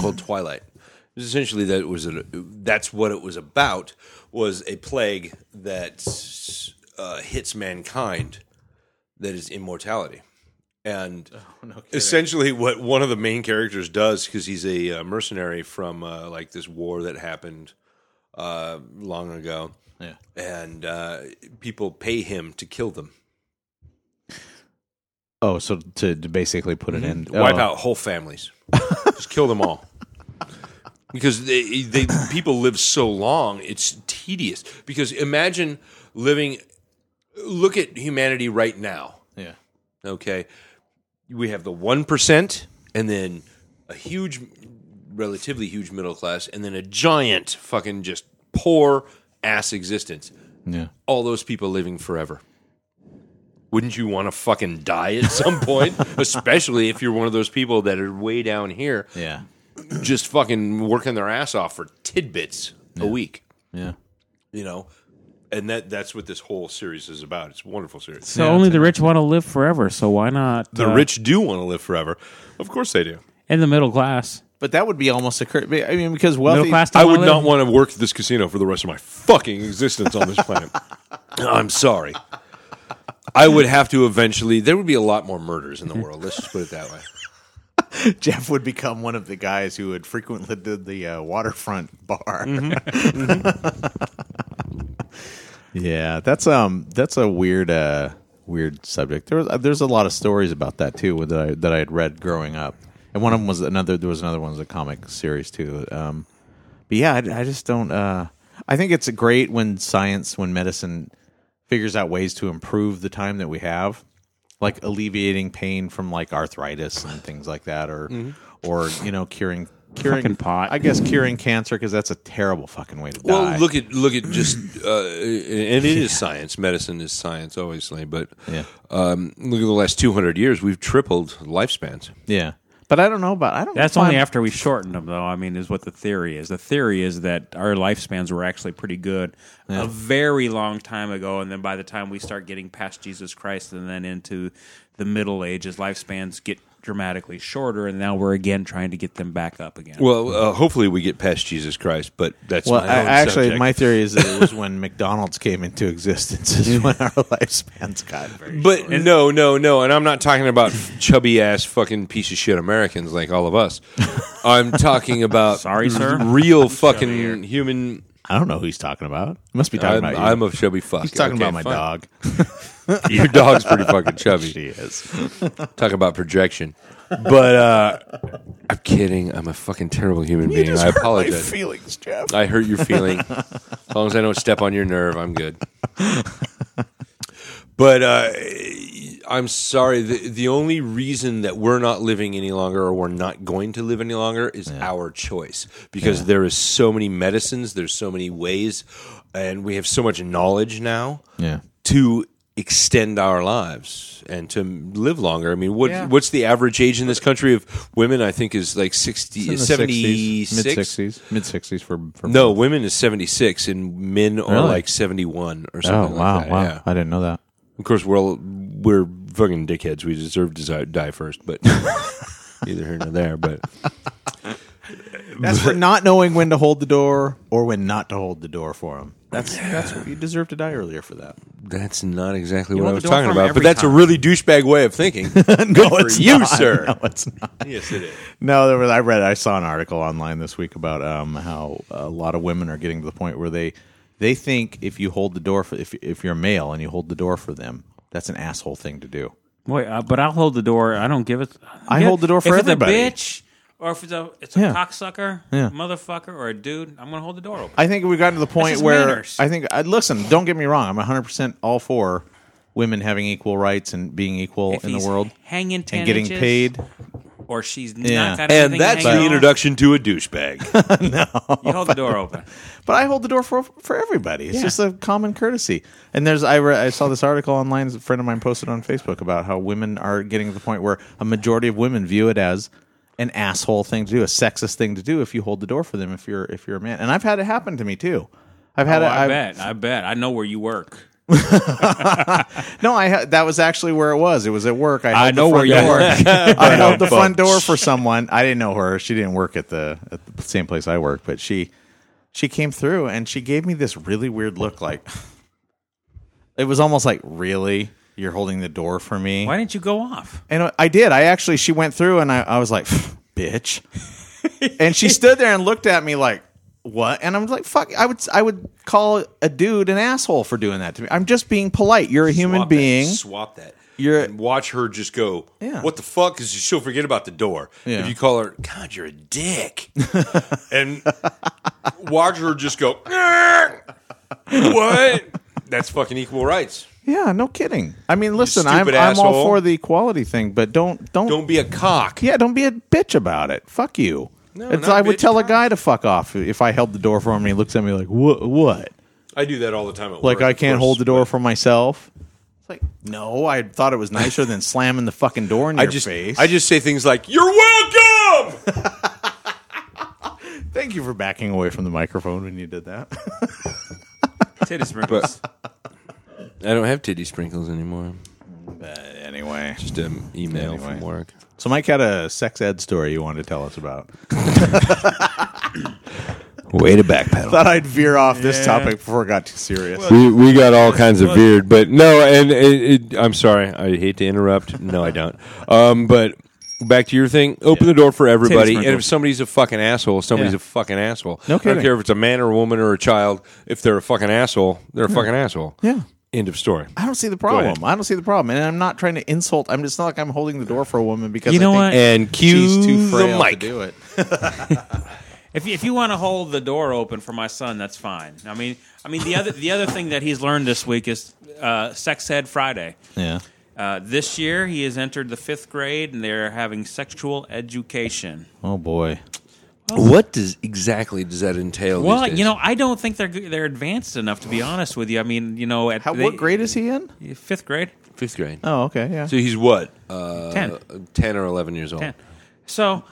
called Twilight. It was essentially that it was a, that's what it was about was a plague that uh, hits mankind that is immortality. And essentially, what one of the main characters does, because he's a uh, mercenary from uh, like this war that happened uh, long ago, Yeah. and uh, people pay him to kill them. Oh, so to, to basically put an end. Wipe oh. out whole families. Just kill them all. Because they, they people live so long, it's tedious. Because imagine living. Look at humanity right now. Yeah. Okay, we have the one percent, and then a huge, relatively huge middle class, and then a giant fucking just poor ass existence. Yeah. All those people living forever. Wouldn't you want to fucking die at some point? Especially if you're one of those people that are way down here Yeah. just fucking working their ass off for tidbits a week, Yeah. you know? And that that's what this whole series is about. It's a wonderful series. So only the rich want to live forever. So why not The uh, rich do want to live forever. Of course they do. and the middle class? But that would be almost a. Cur- I mean, because Middle wealthy. class. don't I would wanna live. not want to work at this casino for the rest of my fucking existence on this planet. I'm sorry. I would have to eventually. There would be a lot more murders in the world. Let's just put it that way. Jeff would become one of the guys who would frequently did the uh, waterfront bar. yeah, that's um, that's a weird, uh, weird subject. There was uh, there's a lot of stories about that too that I that I had read growing up, and one of them was another. There was another one was a comic series too. Um, but yeah, I, I just don't. Uh, I think it's great when science, when medicine figures out ways to improve the time that we have, like alleviating pain from like arthritis and things like that, or Mm-hmm. or you know curing curing Fucking pot. I guess curing cancer because that's a terrible fucking way to Well, die. look at look at just uh, and it is science. Medicine is science, obviously. But Yeah. um, look at the last two hundred years. We've tripled lifespans. yeah, but I don't know about I don't. That's find- only after we shortened them, though. I mean, is what the theory is. The theory is that our lifespans were actually pretty good a very long time ago, and then by the time we start getting past Jesus Christ and then into the Middle Ages, lifespans get dramatically shorter, and now we're again trying to get them back up again. Well, uh, hopefully we get past Jesus Christ, but that's Well, my I, own actually, subject. my theory is that it was when McDonald's came into existence is when our lifespans got very. But no, no, no, and I'm not talking about chubby ass fucking piece of shit Americans like all of us. I'm talking about Sorry, sir. real fucking human. I don't know who he's talking about. He must be talking I'm, about you. I'm a chubby fuck. he's talking Okay, about my fine. dog. Your dog's pretty fucking She chubby. is. Talk about projection. But uh, I'm kidding. I'm a fucking terrible human being. I apologize. feelings, Jeff. I hurt your feeling. as long as I don't step on your nerve, I'm good. But uh, I'm sorry. The, the only reason that we're not living any longer or we're not going to live any longer is our choice because there is so many medicines, there's so many ways, and we have so much knowledge now Yeah. to extend our lives and to live longer. I mean, what what's the average age in this country of women? I think is like 60, 76. mid sixties, mid sixties for, for No, women is 76 and men are Really? like 71 or Oh something wow, like that. wow! Yeah. I didn't know that. Of course, we're all, we're fucking dickheads. We deserve to zi- die first, but either here nor there. But That's for not knowing when to hold the door or when not to hold the door for them. That's that's what you deserve to die earlier for that. that's not exactly what I want was the door talking from about. But every that's a time. really douchebag way of thinking. no, for it's you, not. sir. No, it's not. yes, it is. No, there was. I read. I saw an article online this week about um, how a lot of women are getting to the point where they they think if you hold the door for if if you're male and you hold the door for them, that's an asshole thing to do. Wait, uh, but I'll hold the door. I don't give it. I hold the door for if everybody. It's a bitch, or if it's a it's a Yeah. cocksucker, Yeah. motherfucker, or a dude, I'm gonna hold the door open. I think we've gotten to the point just where manners. I think I, listen. Don't get me wrong. I'm 100 percent all for women having equal rights and being equal If in the he's world hanging ten and getting inches, paid. or she's Yeah. not got And anything that's hanging the on, introduction to a douchebag. You hold the door open. But I hold the door for for everybody. It's just a common courtesy. And there's I re, I saw this article online. A friend of mine posted on Facebook about how women are getting to the point where a majority of women view it as an asshole thing to do, a sexist thing to do if you hold the door for them if you're if you're a man. And I've had it happen to me too. I've had Oh, it. I I've- bet. I bet. I know where you work. No, I ha- that was actually where it was. It was at work. I, held the know front where you door. work. I held the front door for someone. I didn't know her. She didn't work at the at the same place I work, but she she came through and she gave me this really weird look. Like it was almost like, really, you're holding the door for me? Why didn't you go off? And I did. I actually she went through and I, I was like, bitch. and she stood there and looked at me like, what? And I'm like, fuck. I would I would call a dude an asshole for doing that to me. I'm just being polite. You're a human Swap that. being. swap that. You're- and watch her just go. Yeah. What the fuck? Because she'll forget about the door. Yeah. If you call her, God, you're a dick, and watch her just go. "Grr." what? That's fucking equal rights. Yeah, no kidding. I mean, listen, I'm, stupid I'm all asshole. for the equality thing, but don't don't, Don't be a cock. yeah, don't be a bitch about it. Fuck you. No, It's- not I would bitch, tell a cock. guy to fuck off if I held the door for him and he looks at me like, "What? What? I do that all the time. At Like work, I of can't course, hold the door but for myself?" It's like, "No, I thought it was nicer than slamming the fucking door in I your just face." I just say things like "You're welcome." thank you for backing away from the microphone when you did that. Titty sprinkles. I don't have titty sprinkles anymore. anyway, Just an email Anyway. from work. so Mike had a sex ed story you wanted to tell us about. Way to backpedal. Thought I'd veer off this topic before it got too serious. we, we got all kinds of weird, but no, and it, it, I'm sorry, I hate to interrupt. No, I don't. Um, but back to your thing. Open the door for everybody, and if sprinkles. somebody's a fucking asshole, somebody's Yeah. a fucking asshole. No I kidding. don't care if it's a man or a woman or a child. If they're a fucking asshole, they're a fucking asshole. Yeah. End of story. I don't see the ahead. problem. I don't see the problem, and I'm not trying to insult. I'm just not like I'm holding the door for a woman because You know I what? think And cue she's too frail the mic. to do it. If you, if you want to hold the door open for my son, that's fine. I mean, I mean the other the other thing that he's learned this week is uh, Sex Ed Friday. Yeah, Uh, this year, he has entered the fifth grade, and they're having sexual education. Oh boy. What does exactly does that entail? Well, you know, I don't think they're they're advanced enough to be honest with you. I mean, you know, at How, they- what grade is he in? Fifth grade, fifth grade. Oh, okay, yeah. So he's what? Uh, Ten. ten or eleven years old. ten. So,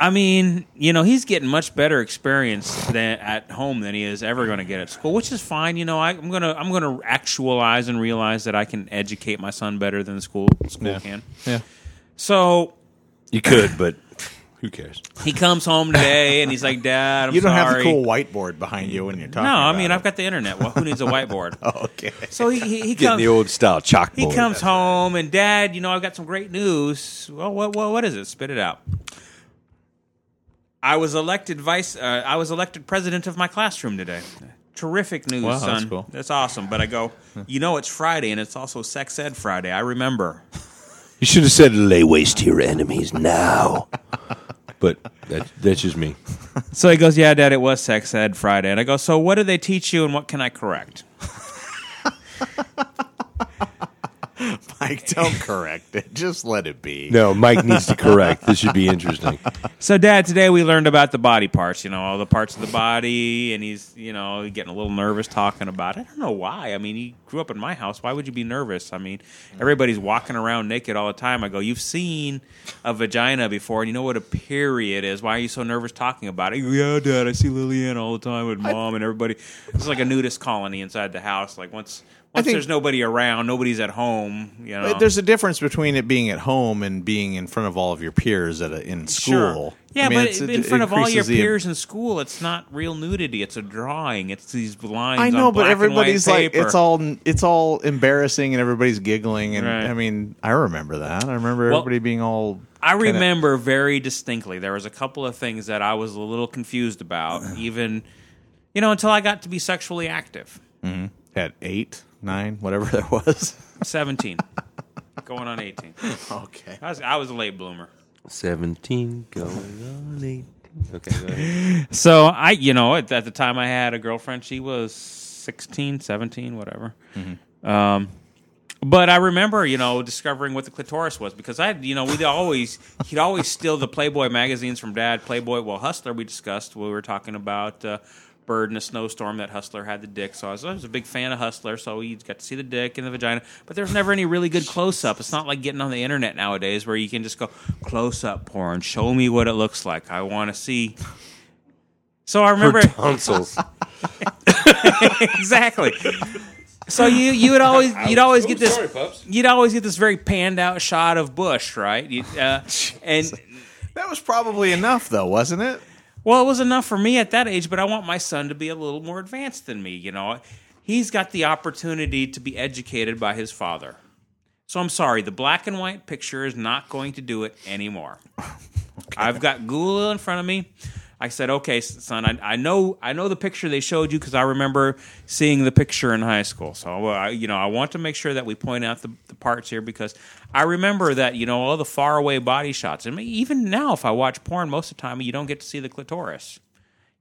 I mean, you know, he's getting much better experience than at home than he is ever going to get at school, which is fine. You know, I, I'm gonna I'm gonna actualize and realize that I can educate my son better than the school school can. yeah. So You could, but who cares? he comes home today and he's like, "Dad, I'm You don't sorry." have the cool whiteboard behind you when you're talking. no, I mean, I've about Oh. got the internet. Well, who needs a whiteboard? it. okay. So he he, he Getting comes. the old style chalkboard. He comes home and Dad, you know, I've got some great news. Well, what what what is it? Spit it out. I was elected vice. Uh, I was elected president of my classroom today. Terrific news, Wow, son. that's cool. awesome. But I go, you know, it's Friday and it's also Sex Ed Friday. I remember. You should have said, "Lay waste to your enemies now." but that, that's just me. So he goes, yeah, Dad, it was Sex Ed Friday. And I go, so what do they teach you and what can I correct? Mike, don't correct it. Just let it be. No, Mike needs to correct. This should be interesting. So, Dad, today we learned about the body parts, you know, all the parts of the body, and he's, you know, getting a little nervous talking about it. I don't know why. I mean, he grew up in my house. Why would you be nervous? I mean, Mm. everybody's walking around naked all the time. I go, You've seen a vagina before, and you know what a period is. Why are you so nervous talking about it? He goes, Yeah, Dad, I see Lillian all the time with mom and everybody. It's like a nudist colony inside the house. Like, once. Once think- there's nobody around, nobody's at home. You know, But There's a difference between it being at home and being in front of all of your peers at a, in school. Yeah, I mean, but it's- in front of all your increases the- peers in school, it's not real nudity. It's a drawing. It's these lines. I know, on but black and white everybody's like, paper. it's all it's all embarrassing, and everybody's giggling, and Right. I mean, I remember that. I remember Well, everybody being all. I kinda- remember very distinctly. There was a couple of things that I was a little confused about, even you know, until I got to be sexually active. at eight, nine, whatever that was. Seventeen, going on eighteen. okay. I was, I was a late bloomer. Seventeen going on eight. Okay, go ahead. So I, you know, at, at the time I had a girlfriend. She was 16, 17, whatever. Um, but I remember, you know, discovering what the clitoris was because I, you know, we'd always he'd always steal the Playboy magazines from Dad. Playboy, well, Hustler. We discussed. We were talking about uh, Bird in a snowstorm that Hustler had the dick. So I was, I was a big fan of Hustler. So you got to see the dick and the vagina. But there's never any really good close up. It's not like getting on the internet nowadays where you can just go close up porn. Show me what it looks like. I want to see. So I remember Tonsils. exactly. So you you would always you'd always get this sorry, pups. you'd always get this very panned out shot of Bush, right? You, uh, and That was probably enough, though, wasn't it? well, it was enough for me at that age, but I want my son to be a little more advanced than me. You know, he's got the opportunity to be educated by his father. So I'm sorry, the black and white picture is not going to do it anymore. I've got Google in front of me. I said, "Okay, s- son, I, I know I know the picture they showed you because I remember seeing the picture in high school. So, uh, I, you know, I want to make sure that we point out the, the parts here because I remember that you know all the faraway body shots. I mean, even now, if I watch porn, most of the time you don't get to see the clitoris.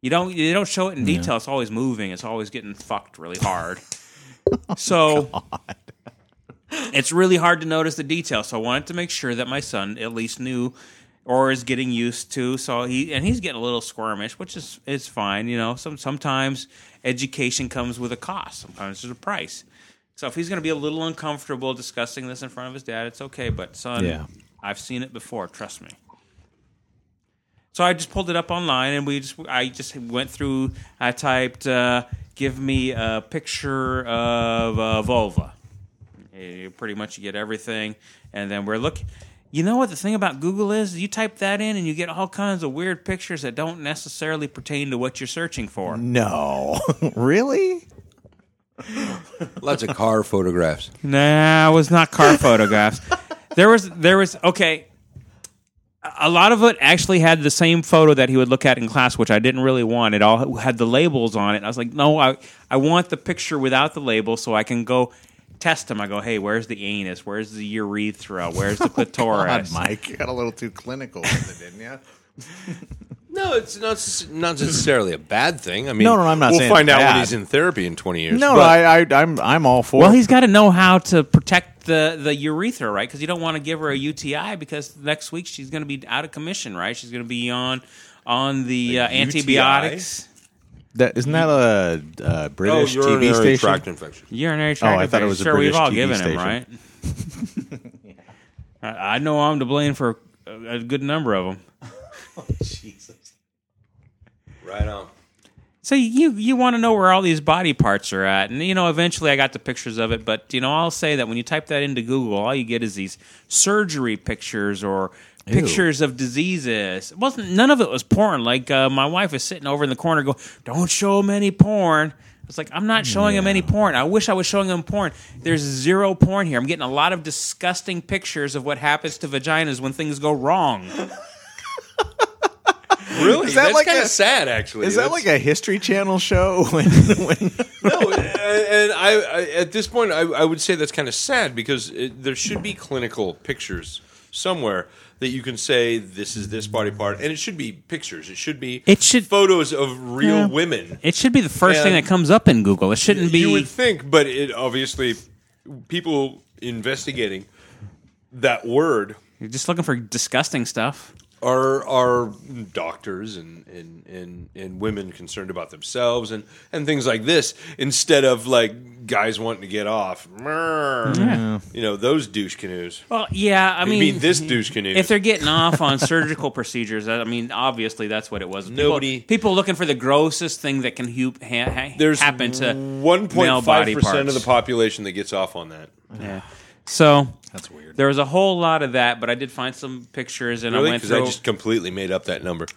You don't you don't show it in detail. It's always moving. It's always getting fucked really hard. so." it's really hard to notice the detail. So I wanted to make sure that my son at least knew or is getting used to. So he and he's getting a little squirmish, which is is fine. You know, some sometimes education comes with a cost. Sometimes there's a price. So if he's going to be a little uncomfortable discussing this in front of his dad, it's okay. But son, Yeah. I've seen it before. Trust me. So I just pulled it up online, and we just I just went through. I typed, uh, "Give me a picture of a vulva." You pretty much get everything, and then we're look. You know what the thing about Google is? You type that in, and you get all kinds of weird pictures that don't necessarily pertain to what you're searching for. No, really? Lots of car photographs. Nah, it was not car photographs. There was there was okay. A lot of it actually had the same photo that he would look at in class, which I didn't really want. It all had the labels on it. I was like, no, I I want the picture without the label so I can go test him. I go, hey, where's the anus? Where's the urethra? Where's the clitoris? Mike, you got a little too clinical with it, didn't you? No, it's not s- not necessarily a bad thing. I mean, No, no, I'm not We'll saying find out bad. when he's in therapy in 20 years. No, but- I, I, I'm, I'm all for. Well, it. he's got to know how to protect the, the urethra, right? Because you don't want to give her a UTI because next week she's going to be out of commission, right? She's going to be on on the uh, antibiotics, That, isn't that a, uh Oh, British TV urinary station? tract infection. urinary tract. Oh, I thought it infection. was a sure we've British all TV given station. him, right? I I know I'm to blame for a, a good number of them. Right on. So you you want to know where all these body parts are at, and you know eventually I got the pictures of it. But you know I'll say that when you type that into Google, all you get is these surgery pictures or pictures of diseases. It wasn't none of it was porn. Like uh, my wife is sitting over in the corner, going, "Don't show him any porn." It's like I'm not showing him any porn. I wish I was showing him porn. There's zero porn here. I'm getting a lot of disgusting pictures of what happens to vaginas when things go wrong. Really? that That's like kind a- of sad, actually. Is that That's- like a History Channel show? When, when no, and, and I, I at this point I, I would say that's kind of sad because it, there should be clinical pictures somewhere that you can say this is this body part, and it should be pictures. It should be It should- photos of real Yeah. women. It should be the first thing And- that comes up in Google. It shouldn't be. You would think, but it obviously people investigating that word You're just looking for disgusting stuff. are are doctors and and, and and women concerned about themselves and and things like this instead of like guys wanting to get off. Mrrr. You know those douche canoes. Well, yeah, I I mean, mean, this douche canoe. if they're getting off on surgical procedures, I mean, obviously that's what it was. People- Nobody- people, looking for the grossest thing that can hu- ha- ha- there's happen to one male point body five parts. percent of the population that gets off on that. Yeah. So that's weird. there was a whole lot of that, but I did find some pictures, and I Really? went Because through. I just completely made up that number.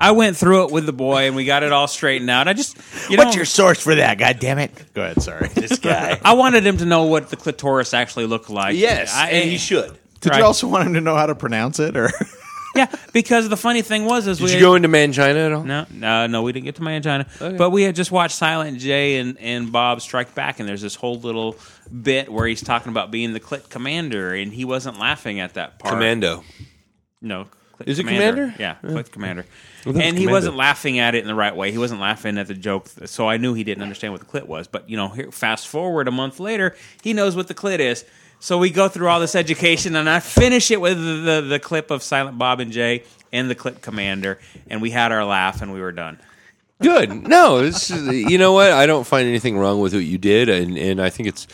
I went through it with the boy, and we got it all straightened out. I just, you know, source for that? God damn it! Go ahead. Sorry, this guy. I wanted him to know what the clitoris actually looked like. I, and he should. Did Right. you also want him to know how to pronounce it, or yeah, because the funny thing was, is we Did you go into Mangina at all? No, no, no. We didn't get to Mangina, but we had just watched Silent J and, and Bob Strike Back, and there's this whole little bit where he's talking about being the Clit Commander, and he wasn't laughing at that part. Commando. No. Clit Is it Commander? Yeah, Clit Commander. that was and he Commando. wasn't laughing at it in the right way. He wasn't laughing at the joke, so I knew he didn't understand what the clit was. But you know, here, fast forward a month later, he knows what the clit is. So we go through all this education, and I finish it with the, the, the clip of Silent Bob and Jay and the Clit Commander, and we had our laugh, and we were done. Good. No, this is, you know what? I don't find anything wrong with what you did, and, and I think it's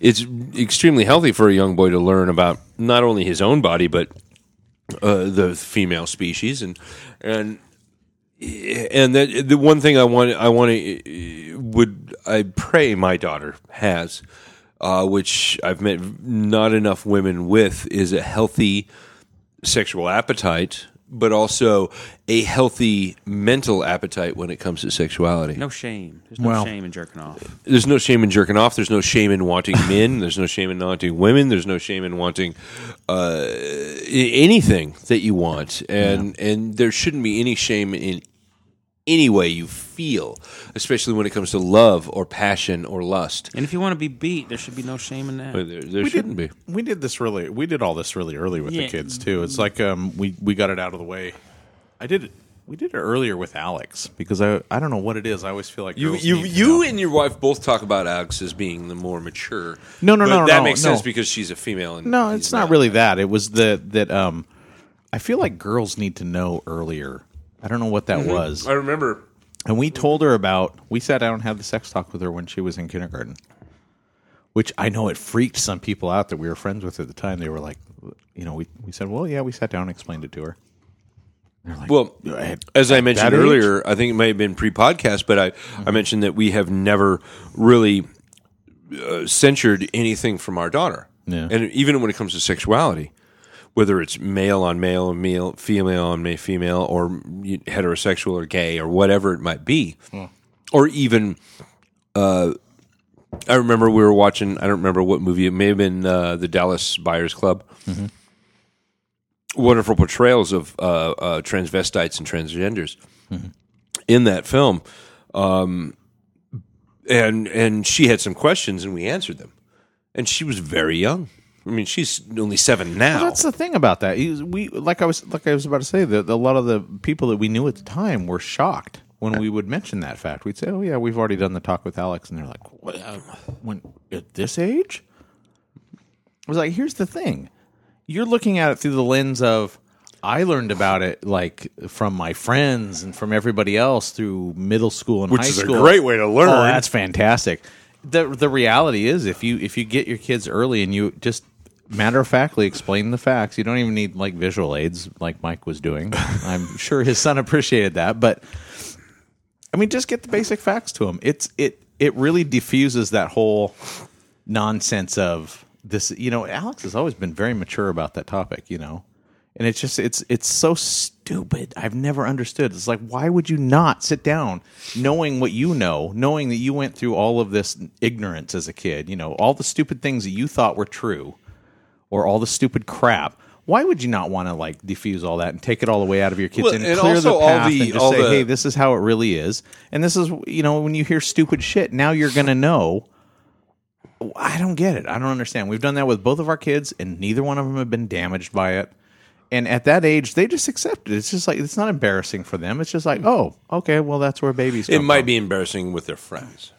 it's extremely healthy for a young boy to learn about not only his own body but uh, the female species, and and and that the one thing I want I want to uh, would I pray my daughter has, uh, which I've met not enough women with, is a healthy sexual appetite but also a healthy mental appetite when it comes to sexuality. No shame. There's no Well. shame in jerking off. There's no shame in jerking off. There's no shame in wanting men. There's no shame in wanting women. There's no shame in wanting uh, i- anything that you want, and and there shouldn't be any shame in any way you feel, especially when it comes to love or passion or lust. And if you want to be beat, there should be no shame in that. But There, there shouldn't be. we did this really we did all this really early with the Yeah. kids too it's like um we we got it out of the way i did it we did it earlier with alex because i i don't know what it is i always feel like You, girls you, need to you know. and your wife both talk about Alex as being the more mature. No, no, But no, That no, makes no. sense because she's a female. And no he's it's not really that it was the that um i feel like girls need to know earlier i don't know what that was I remember. and we told her about we sat down and had the sex talk with her when she was in kindergarten which i know it freaked some people out that we were friends with at the time they were like you know we, we said well yeah we sat down and explained it to her Well, At- as I mentioned that age? Mm-hmm. earlier, I think it may have been pre-podcast, but I, I mentioned that we have never really uh, censured anything from our daughter, Yeah. and even when it comes to sexuality, whether it's male on male, male female on male, female, or heterosexual or gay or whatever it might be, Hmm. or even. Uh, I remember we were watching. I don't remember what movie. It may have been uh, the Dallas Buyers Club wonderful portrayals of uh, uh, transvestites and transgenders in that film. Um, and and she had some questions, and we answered them. And she was very young. I mean, she's only seven now. That's the thing about that. Is We like I was like I was about to say that a lot of the people that we knew at the time were shocked when we would mention that fact. We'd say, "Oh yeah, we've already done the talk with Alex," and they're like, what, uh, "When at this age?" I was like, "Here's the thing: you're looking at it through the lens of." I learned about it like from my friends and from everybody else through middle school and Which high is a school. great way to learn. Oh, that's fantastic. The the reality is if you if you get your kids early and you just matter of factly explain the facts, you don't even need like visual aids like Mike was doing. I'm sure his son appreciated that, but I mean just get the basic facts to him. It's it it really diffuses that whole nonsense of this you know alex has always been very mature about that topic you know and it's just it's it's so stupid i've never understood it's like why would you not sit down knowing what you know knowing that you went through all of this ignorance as a kid you know all the stupid things that you thought were true or all the stupid crap why would you not want to like diffuse all that and take it all the way out of your kids Well, and, and clear also the all path the- and just all say, the- "Hey, this is how it really is," and this is you know when you hear stupid shit, now you're gonna know I don't get it. I don't understand. We've done that with both of our kids, and neither one of them have been damaged by it. And at that age, they just accept it. It's just like it's not embarrassing for them. It's just like, oh, okay, well, that's where babies. it come might from. be embarrassing with their friends,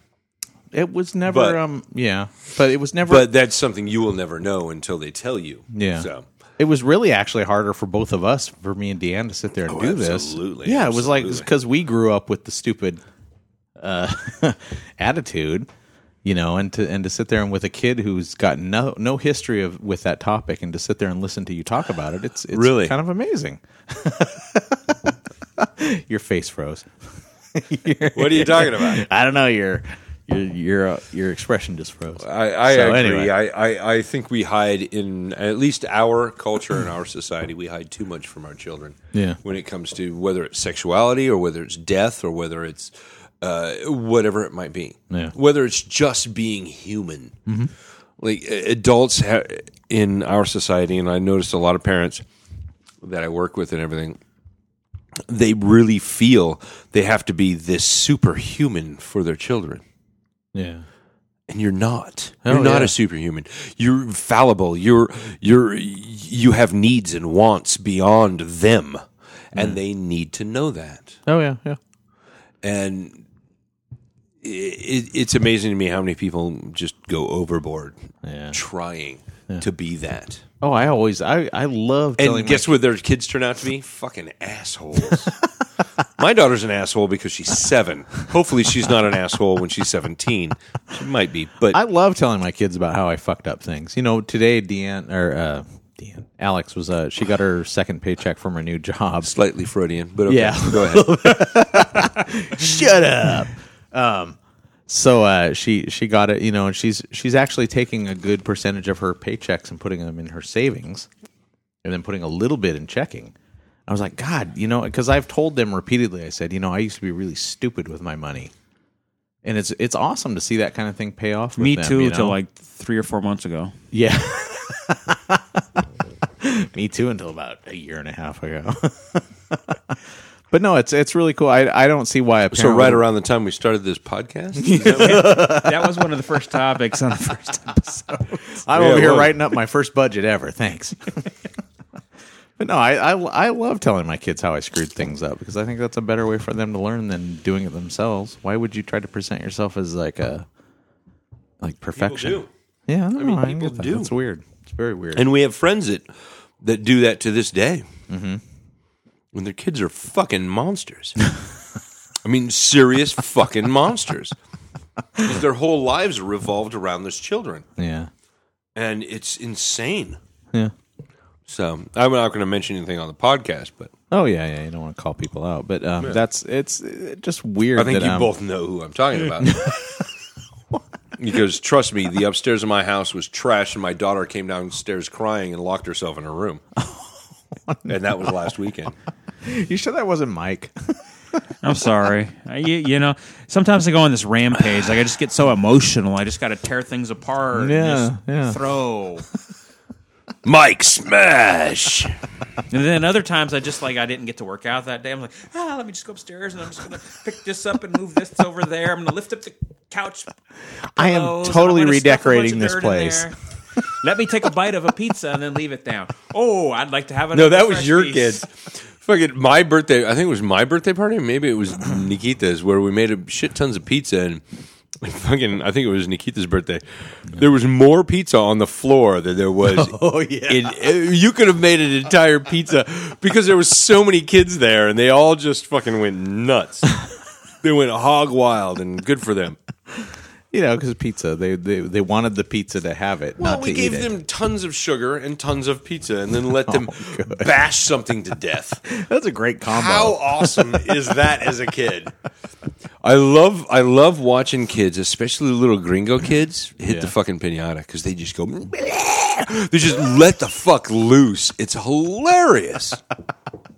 It was never. but- um. Yeah, but it was never. but that's something you will never know until they tell you. yeah. So. It was really actually harder for both of us, for me and Deanne, to sit there and do this. Oh, absolutely, Yeah, it was like absolutely. because we grew up with the stupid uh, attitude, you know, and to and to sit there and with a kid who's got no no history of with that topic, and to sit there and listen to you talk about it, it's, it's Really? kind of amazing. Your face froze. What are you talking about? I don't know your your your uh, your expression just froze. I, I So agree. anyway. I, I, I think we hide in at least our culture and our society. We hide too much from our children. Yeah. When it comes to whether it's sexuality or whether it's death or whether it's uh, whatever it might be. Yeah. Mm-hmm. Whether it's just being human. Like a- adults ha- in our society, and I noticed a lot of parents that I work with and everything they really feel they have to be this superhuman for their children. yeah. And you're not. Oh, you're not yeah. a superhuman. You're fallible. You're you're you have needs and wants beyond them, Hmm. and they need to know that. Oh yeah. Yeah. And it, it's amazing to me how many people just go overboard Yeah. trying to be that. Oh, I always I I love And telling my guess what their kids turn out to be? Fucking assholes. My daughter's an asshole because she's seven. Hopefully, she's not an asshole when she's 17. She might be, but I love telling my kids about how I fucked up things. You know, today Deanne or uh, Deanne Alex was uh, she got her second paycheck from her new job. slightly Freudian. But okay, Yeah. go ahead. Shut up. Um, so uh, she she got it. You know, and she's she's actually taking a good percentage of her paychecks and putting them in her savings, and then putting a little bit in checking. I was like, God, you know, because I've told them repeatedly. I said, you know, I used to be really stupid with my money, and it's it's awesome to see that kind of thing pay off. With Me them, too, you till know? like three or four months ago. yeah. Me too, until about a year and a half ago. but no, it's it's really cool. I I don't see why. So Apparently, right around the time we started this podcast, That was one of the first topics on the first episode. I'm Yeah, over it here was. writing up my first budget ever. Thanks. but no, I, I I love telling my kids how I screwed things up because I think that's a better way for them to learn than doing it themselves. Why would you try to present yourself as like a like perfection? do. Yeah, I, don't know, I people get that. do. It's weird. It's very weird. and we have friends that that do that to this day. When their kids are fucking monsters. I mean, serious fucking monsters. 'Cause Their whole lives are revolved around those children, yeah, and it's insane. yeah. So I'm not going to mention anything on the podcast, but Oh yeah, yeah. You don't want to call people out, but um, that's it's uh, just weird. I think that, you um, both know who I'm talking about. because trust me, the upstairs of my house was trash, and my daughter came downstairs crying and locked herself in her room. Oh, And that was last weekend. You sure that wasn't Mike? I'm sorry. I, you, you know, sometimes I go on this rampage. Like I just get so emotional. I just got to tear things apart. and Yeah, just yeah. Throw. Mike Smash. And then other times I just like I didn't get to work out that day. I'm like, ah, let me just go upstairs and I'm just gonna pick this up and move this over there. I'm gonna lift up the couch. I am pillows, and totally I'm gonna stuff a bunch redecorating of this dirt in place. there. Let me take a bite of a pizza and then leave it down. Oh, I'd like to have another. No, that was fresh your piece. kid. Fucking my birthday. I think it was my birthday party. Maybe it was Nikita's, where we made a shit tons of pizza and. Fucking, I think it was Nikita's birthday. There was more pizza on the floor than there was. Oh yeah. in, uh, you could have made an entire pizza because there was so many kids there, and they all just fucking went nuts. they went hog wild, and good for them. you know, because pizza, they, they they wanted the pizza to have it, Well, not we to gave eat it. Oh, them tons of sugar and tons of pizza, and then let them bash something to death. That's a great combo. How awesome is that as a kid? I love I love watching kids, especially little gringo kids, hit the fucking pinata because they just go. They just let the fuck loose. It's hilarious.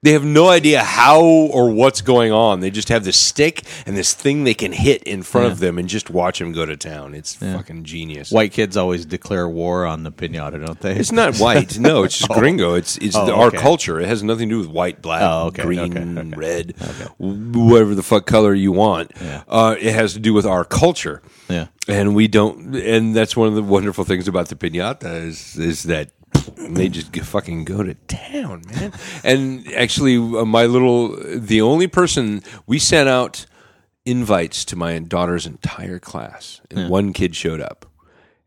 They have no idea how or what's going on. They just have this stick and this thing they can hit in front of them and just watch them go to town. It's fucking genius. White kids always declare war on the pinata, don't they? It's not white. No, it's just gringo. It's it's Oh, the, our okay. culture. It has nothing to do with white, black, Oh, okay, green, okay, okay. red, wh- whatever the fuck color you want. Yeah. Uh, it has to do with our culture. Yeah. And we don't. And that's one of the wonderful things about the pinata is is that they just g- fucking go to town, man. and actually, uh, my little the only person we sent out invites to my daughter's entire class, and one kid showed up.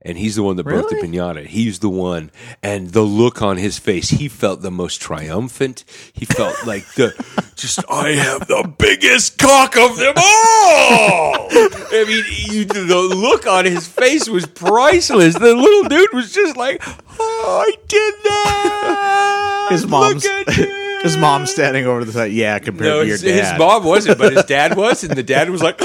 And he's the one that broke the pinata. He's the one, and the look on his face—he felt the most triumphant. He felt like the just I have the biggest cock of them all. I mean, you, the look on his face was priceless. The little dude was just like, "Oh, I did that." His mom's Look at you." his mom's standing over the side. Yeah, compared No, to your his, his dad. mom wasn't, but his dad was, and the dad was like,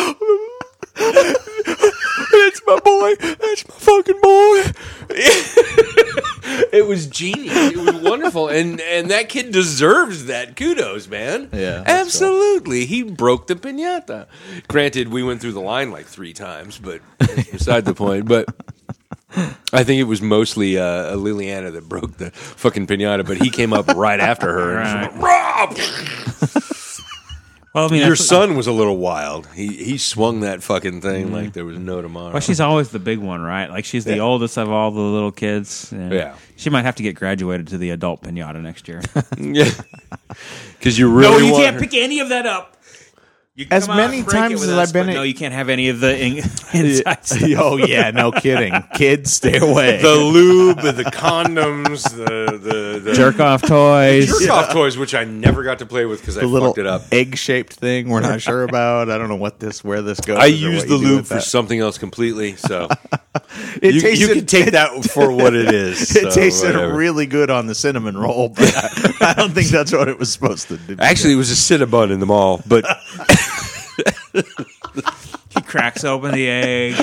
"That's my boy. That's my fucking boy." it was genius. It was wonderful, and and that kid deserves that kudos, man. Yeah, that's absolutely. He broke the pinata. Granted, we went through the line like three times, but that's beside the point. But. I think it was mostly uh, Liliana that broke the fucking pinata, but he came up right after her. And just went, "Rob!" Well, I mean, Your that's- son was a little wild. He he swung that fucking thing like there was no tomorrow. Well, she's always the big one, right? Like she's the oldest of all the little kids. and Yeah. she might have to get graduated to the adult pinata next year. yeah, because you really want her- any of that up. You As come out many and break it times with as us, I've been but at- no, no, you can't have any of the inside oh yeah, no kidding. Kids, stay away. the lube, the condoms, the the, the jerk off toys. jerk off toys, which I never got to play with because I The little fucked it up. egg shaped thing we're not sure about. I don't know what this where this goes. I or used what the you do lube with for that. something else completely. So It you, you tasted- can take that for what it is. so It tasted whatever. really good on the cinnamon roll, but I, I don't think that's what it was supposed to do. Actually, it was a cinnabon in the mall, but He cracks open the egg.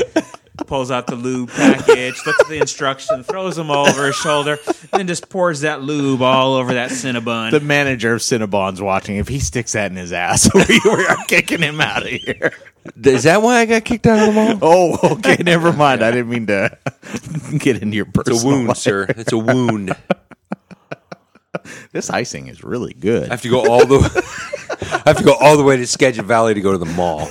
pulls out the lube package, looks at the instructions, throws them over his shoulder, and then just pours that lube all over that Cinnabon. The manager of Cinnabon's watching. If he sticks that in his ass, we, we are kicking him out of here. Is that why I got kicked out of the mall? Oh, okay. Never mind. I didn't mean to get into your personal. It's a wound, life. sir. It's a wound. I This icing is really good. have to go all the. I have to go all the way to Skagit Valley to go to the mall.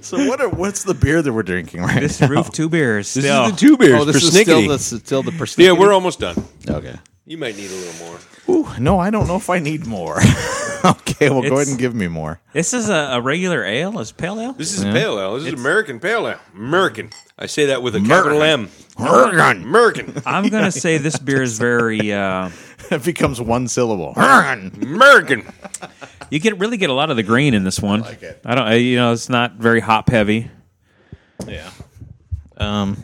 So what? Are, what's the beer that we're drinking right this now? roof two beers. This still. is the two beers Oh, this for is still Snickety. the, still the persnickety? yeah, we're almost done. okay. You might need a little more. Ooh, no, I don't know if I need more. okay, well, go It's- ahead and give me more. This is a, a regular ale, is pale ale. This is pale ale. This is American pale ale. American. I say that with a capital M. Hurgan. American. I'm gonna say this beer is very. Uh, It becomes one syllable. Hurgan. American. you get really get a lot of the green in this one. I like it. I don't. I, you know, it's not very hop heavy. Um,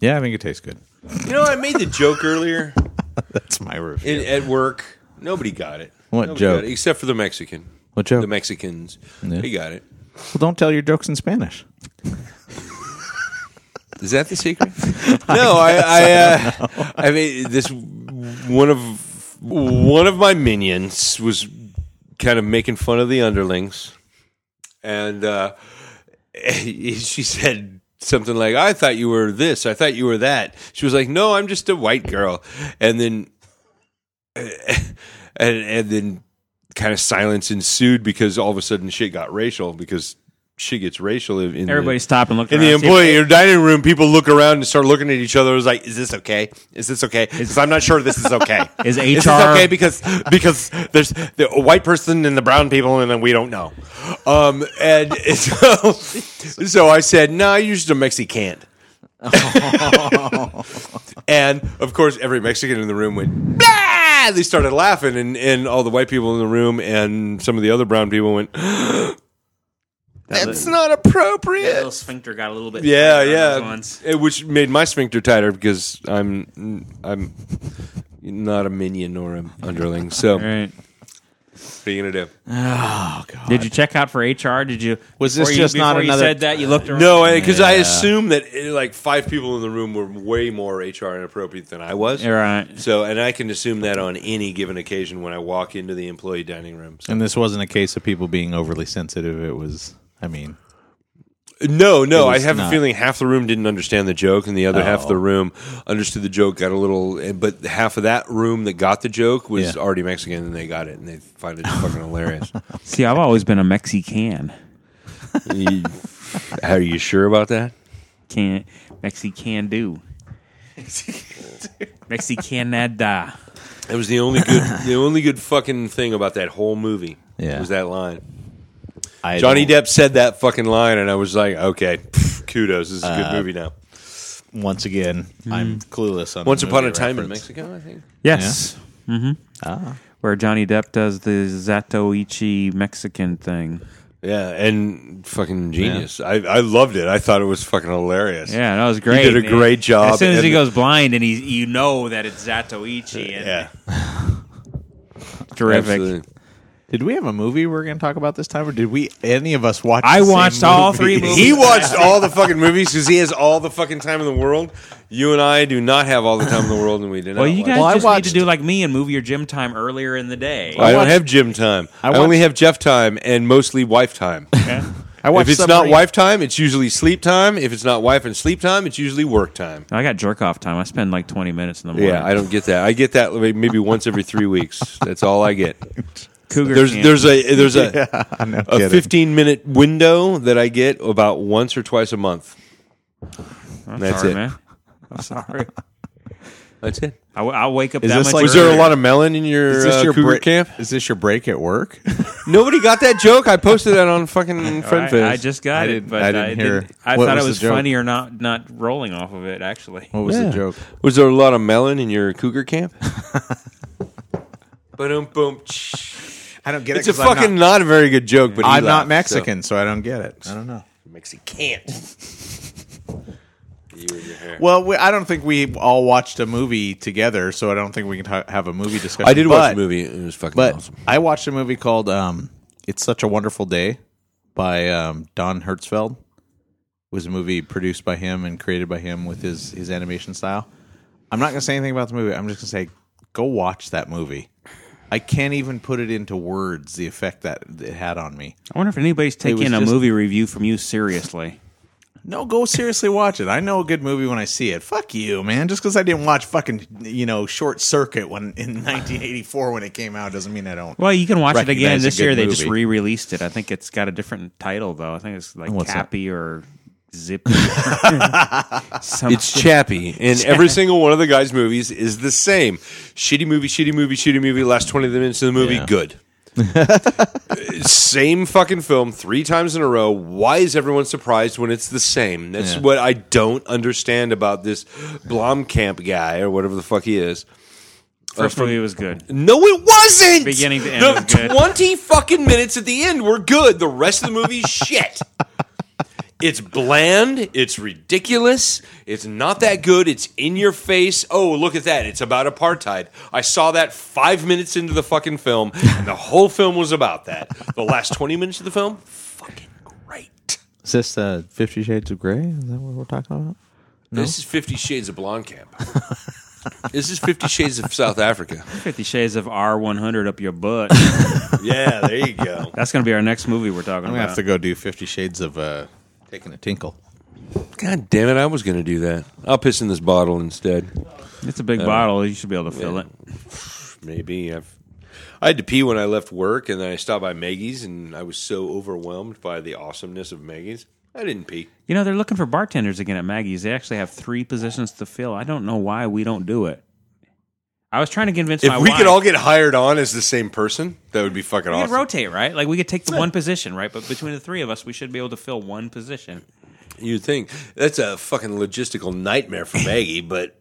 yeah, I think it tastes good. You know, I made the joke earlier That's my review. in, at work. Nobody got it. What Nobody joke? got it, except for the Mexican. What joke? The Mexicans. They got it. Well, don't tell your jokes in Spanish. Is that the secret? no, I, I, uh, I mean, this one of one of my minions was kind of making fun of the underlings, and uh, she said something like, "I thought you were this. I thought you were that." She was like, "No, I'm just a white girl," and then and and then kind of silence ensued because all of a sudden shit got racial because she gets racial in in the- Everybody stop and look. in around the and see employee your dining room, people look around and start looking at each other. It's like, is this okay? Is this okay? Because I'm not sure this is okay. Is this HR okay? Because because there's the a white person and the brown people, and then we don't know. Um, and so, so I said, no, nah, you're just a Mexican. and of course, every Mexican in the room went. "Bah!" They started laughing, and, and all the white people in the room and some of the other brown people went. That's not if the appropriate. little sphincter got a little bit. Yeah, tighter on yeah. those ones. It- which made my sphincter tighter because I'm I'm not a minion or an underling. So All what right. are you gonna do? Did you check out for HR? Did you? Was this before you, just not before another- You said that you looked around. No, because I Yeah. assume that eh, like five people in the room were way more HR inappropriate than I was. All right. So, and I can assume that on any given occasion when I walk into the employee dining room. So- And this wasn't a case of people being overly sensitive. It was, I mean, No, no. I It was have a not. feeling half the room didn't understand the joke, and the other half of the room understood the joke. Got a little, eh, but half of that room that got the joke was Yeah. already Mexican, and they got it, and they find it fucking hilarious. See, I've always been a Mexican. You- are you sure about that? Can Mexican do? Mexicanada. It was the only good, the only good fucking thing about that whole movie. Yeah. was that line. I Johnny don't- Depp said that fucking line, and I was like, okay, pff, kudos. This is a good movie now. Once again, I'm clueless on. the Once upon a movie time in reference. Mexico, I think. Yes. Mm-hmm. Where Johnny Depp does the Zatoichi Mexican thing. Yeah, and fucking genius. I, I loved it. I thought it was fucking hilarious. Yeah, that was great. did a great job, As soon as he and- goes blind, and he, you know that it's Zatoichi. And yeah. terrific. Absolutely. Did we have a movie we are going to talk about this time, or did we any of us watch? I the same watched all movie? three movies. He watched all the fucking movies because he has all the fucking time in the world. You and I do not have all the time in the world, and we did not. Well, you watch. guys Well, I just need watched- to do like me and move your gym time earlier in the day. I don't have gym time. I, watched- only have Jeff time and mostly wife time. I if watched. it's not Submarine- wife time, it's usually sleep time. If it's not wife and sleep time, it's usually work time. I got jerk off time. I spend like 20 minutes in the morning. Yeah, I don't get that. I get that maybe once every three weeks. That's all I get. Cougar There's camp. there's a there's a, I'm not a kidding. 15 minute window that I get about once or twice a month. I'm that's sorry, it. man. I'm sorry. That's it. I w- I'll wake up Is that this much like- Was there a earlier. lot of melon in your, uh, cougar break? camp? Is this your break at work? Nobody got that joke. I posted that on fucking I, Friend Fest. I just got I it, didn't- but I didn't hear- I what thought was it the was joke? funny or not not rolling off of it actually. What was Yeah. the joke? Was there a lot of melon in your cougar camp? Ba-dum, boom. I don't get It's a fucking not, a very good joke, but he I'm laughed, not Mexican, so. I don't get it. I don't know. So. Mexican. you and your hair. Well, we, I don't think we all watched a movie together, so I don't think we can ta- have a movie discussion. I did watch But- the movie. It was fucking But awesome. I watched a movie called um, "It's Such a Wonderful Day" by um, Don Hertzfeld, was a movie produced by him and created by him with his his animation style. I'm not gonna say anything about the movie. I'm just gonna say go watch that movie. I can't even put it into words the effect that it had on me. I wonder if anybody's was taking a just- movie review from you seriously. No, go seriously watch it. I know a good movie when I see it. Fuck you, man. Just because I didn't watch fucking you know Short Circuit when in 1984 when it came out doesn't mean I don't. Well, you can watch it again Recognize a this good year. They just movie. re-released it. I think it's got a different title though. I think it's like What's that? Cappy or Zippy. Some It's Chappie, and every single one of the guy's movies is the same. Shitty movie, shitty movie, shitty movie. Last twenty minutes of the movie, Yeah. good. same fucking film three times in a row. Why is everyone surprised when it's the same? That's Yeah. what I don't understand about this Blomkamp guy or whatever the fuck he is. first movie was good. No, it wasn't. Beginning to end the was good. twenty fucking minutes at the end were good. The rest of the movie, is shit. It's bland. It's ridiculous. It's not that good. It's in your face. Oh, look at that! It's about apartheid. I saw that five minutes into the fucking film, and the whole film was about that. The last twenty minutes of the film, fucking great. Is this uh, Fifty Shades of Grey? Is that what we're talking about? This is Fifty Shades of Blonde Camp. this is Fifty Shades of South Africa. Fifty Shades of R one hundred up your butt. Yeah, there you go. That's going to be our next movie we're talking I'm gonna about. have to go do Fifty Shades of uh, Taking a Tinkle. God damn it! I was going to do that. I'll piss in this bottle instead. It's a Uh, big bottle. You should be able to fill it. maybe I've I had to pee when I left work, and then I stopped by Maggie's, and I was so overwhelmed by the awesomeness of Maggie's, I didn't pee. You know, they're looking for bartenders again at Maggie's. They actually have three positions to fill. I don't know why we don't do it. I was trying to convince If my we wife. could all get hired on as the same person, that would be fucking we could awesome. rotate, right? Like we could take the one position, right? But between the three of us, we should be able to fill one position. You'd think that's a fucking logistical nightmare for Maggie, but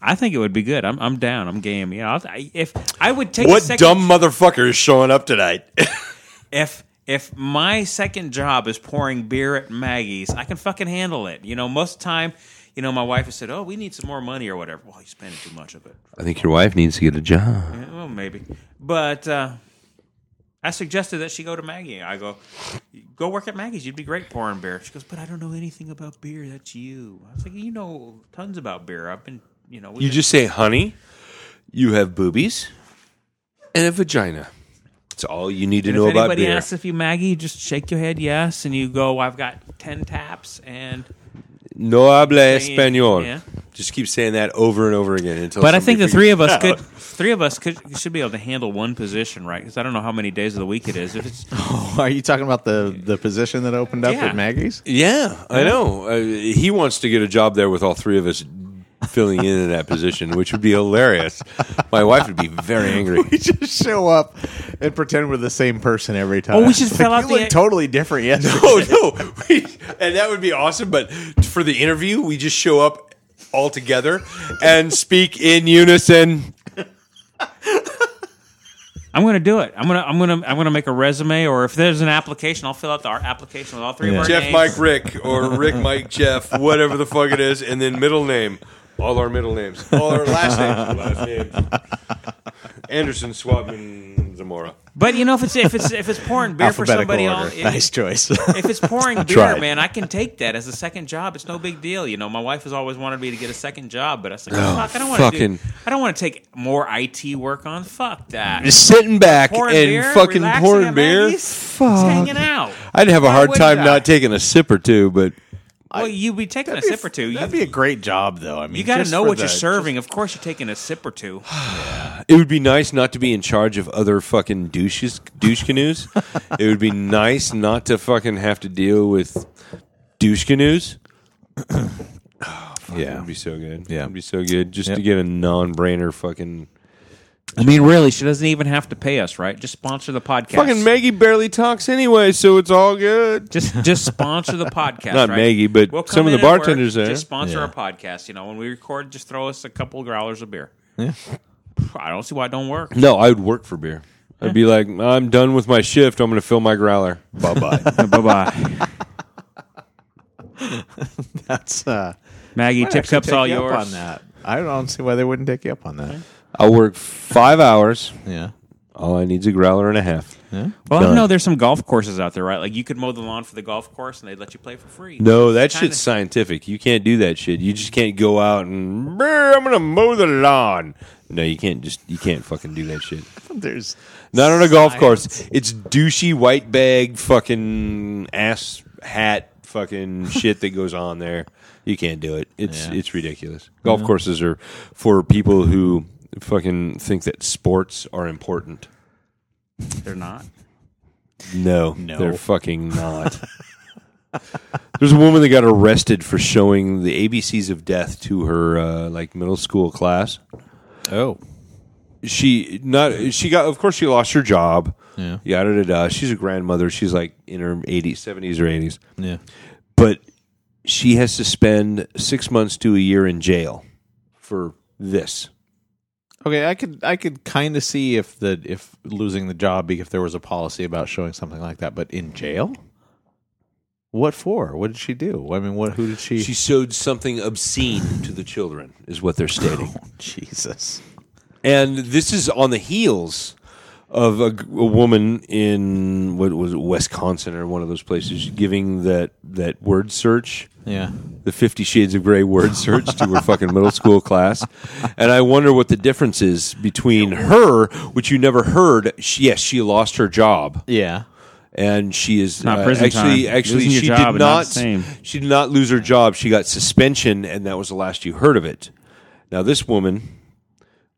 I think it would be good. I'm, I'm down. I'm game. You know, I'll- I, if I would take a what second, dumb motherfucker is showing up tonight? if if my second job is pouring beer at Maggie's, I can fucking handle it. You know, most of the time, you know, my wife has said, "Oh, we need some more money or whatever." Well, you spend too much of it. I think your wife needs to get a job. Yeah, Well, maybe. But uh, I suggested that she go to Maggie. I go, go work at Maggie's. You'd be great pouring beer. She goes, but I don't know anything about beer. That's you. I was like, you know tons about beer. I've been, you know, we've You been- just say, honey, you have boobies and a vagina. That's all you need to And know if about anybody beer. asks if you Maggie, you just shake your head yes, and you go, I've got ten taps, and No habla español. Yeah. Just keep saying that over and over again until. But I think the somebody three of us figures it could, three of us could should be able to handle one position, right? Because I don't know how many days of the week it is. If it's Are you talking about the the position that opened up Yeah. at Maggie's? out. Yeah, I know. Uh, he wants to get a job there with all three of us filling in in that position, which would be hilarious. My wife would be very angry. We just show up and pretend we're the same person every time. Oh, we should It's fill out you the- look totally different. Yes. oh no, we, and that would be awesome. But for the interview, we just show up all together and speak in unison. I'm gonna do it. I'm gonna I'm gonna I'm gonna make a resume, or if there's an application, I'll fill out the our application with all three of Yeah. our Jeff, names. Mike, Rick, or Rick, Mike, Jeff, whatever the fuck it is, and then middle name. All our middle names. All our last names. Last names. Anderson, Swatman, Zamora. But you know, if it's if it's if it's pouring beer for somebody else, if, nice choice. if it's pouring beer, tried. man, I can take that as a second job. It's no big deal. You know, my wife has always wanted me to get a second job, but I said, fuck, I don't want to do. fucking- I don't want to take more IT work on. Fuck that. Just sitting back Pouring and beer, fucking relaxing pouring at beer. Maggie's, just hanging out. I'd have a Why hard wouldn't time I? not taking a sip or two, but Well, you'd be taking a sip or two. You, That'd be a great job, though. I mean, you got to just know for what the- you're serving. Of course, you're taking a sip or two. it would be nice not to be in charge of other fucking douches, douche canoes. it would be nice not to fucking have to deal with douche canoes. Oh, Yeah. It'd be so good. Yeah. It'd be so good just to Yep. get a non brainer fucking. I mean, really, she doesn't even have to pay us, right? Just sponsor the podcast. Fucking Maggie barely talks anyway, so it's all good. Just just sponsor the podcast. Not right? Maggie, but We'll come some of in the at work, bartenders there. Just sponsor Yeah. our podcast. You know, when we record, just throw us a couple growlers of beer. I don't see why it don't work. No, I would work for beer. I'd be like, I'm done with my shift. I'm going to fill my growler. Bye bye. bye bye. That's uh, Maggie, I'd tip actually cups take all you up yours. on that. I don't see why they wouldn't take you up on that. I'll work five hours. Yeah. All I need's a growler and a half. Well, I know there's some golf courses out there, right? Like you could mow the lawn for the golf course, and they'd let you play for free. No, that Kinda- shit's scientific. You can't do that shit. You just can't go out and "Brr, I'm gonna mow the lawn. No, you can't just you can't fucking do that shit. There's Not on a golf course. It's douchey white bag fucking ass hat fucking shit that goes on there. You can't do it. It's it's ridiculous. Golf courses are for people who fucking think that sports are important. They're not. No, no, they're fucking not. There's a woman that got arrested for showing the ABCs of death to her uh, like middle school class. Oh, She not she got of course she lost her job. Yeah, yada da da. She's a grandmother. She's like in her 80s, 70s or 80s, yeah. but she has to spend six months to a year in jail for this. Okay, I could I could kind of see if the if losing the job if there was a policy about showing something like that, but in jail. What for? What did she do? I mean, what? Who did she? She showed something obscene to the children, is what they're stating. Jesus. And this is on the heels of a, g- a woman in what was it, Wisconsin or one of those places giving that that word search, Yeah. the Fifty Shades of Grey word search to her fucking middle school class. And I wonder what the difference is between her, which you never heard. She, yes, she lost her job Yeah. and she is not uh, prison actually time. actually Losing your she job did is not not the same. she did not lose her job. She got suspension, and that was the last you heard of it. Now this woman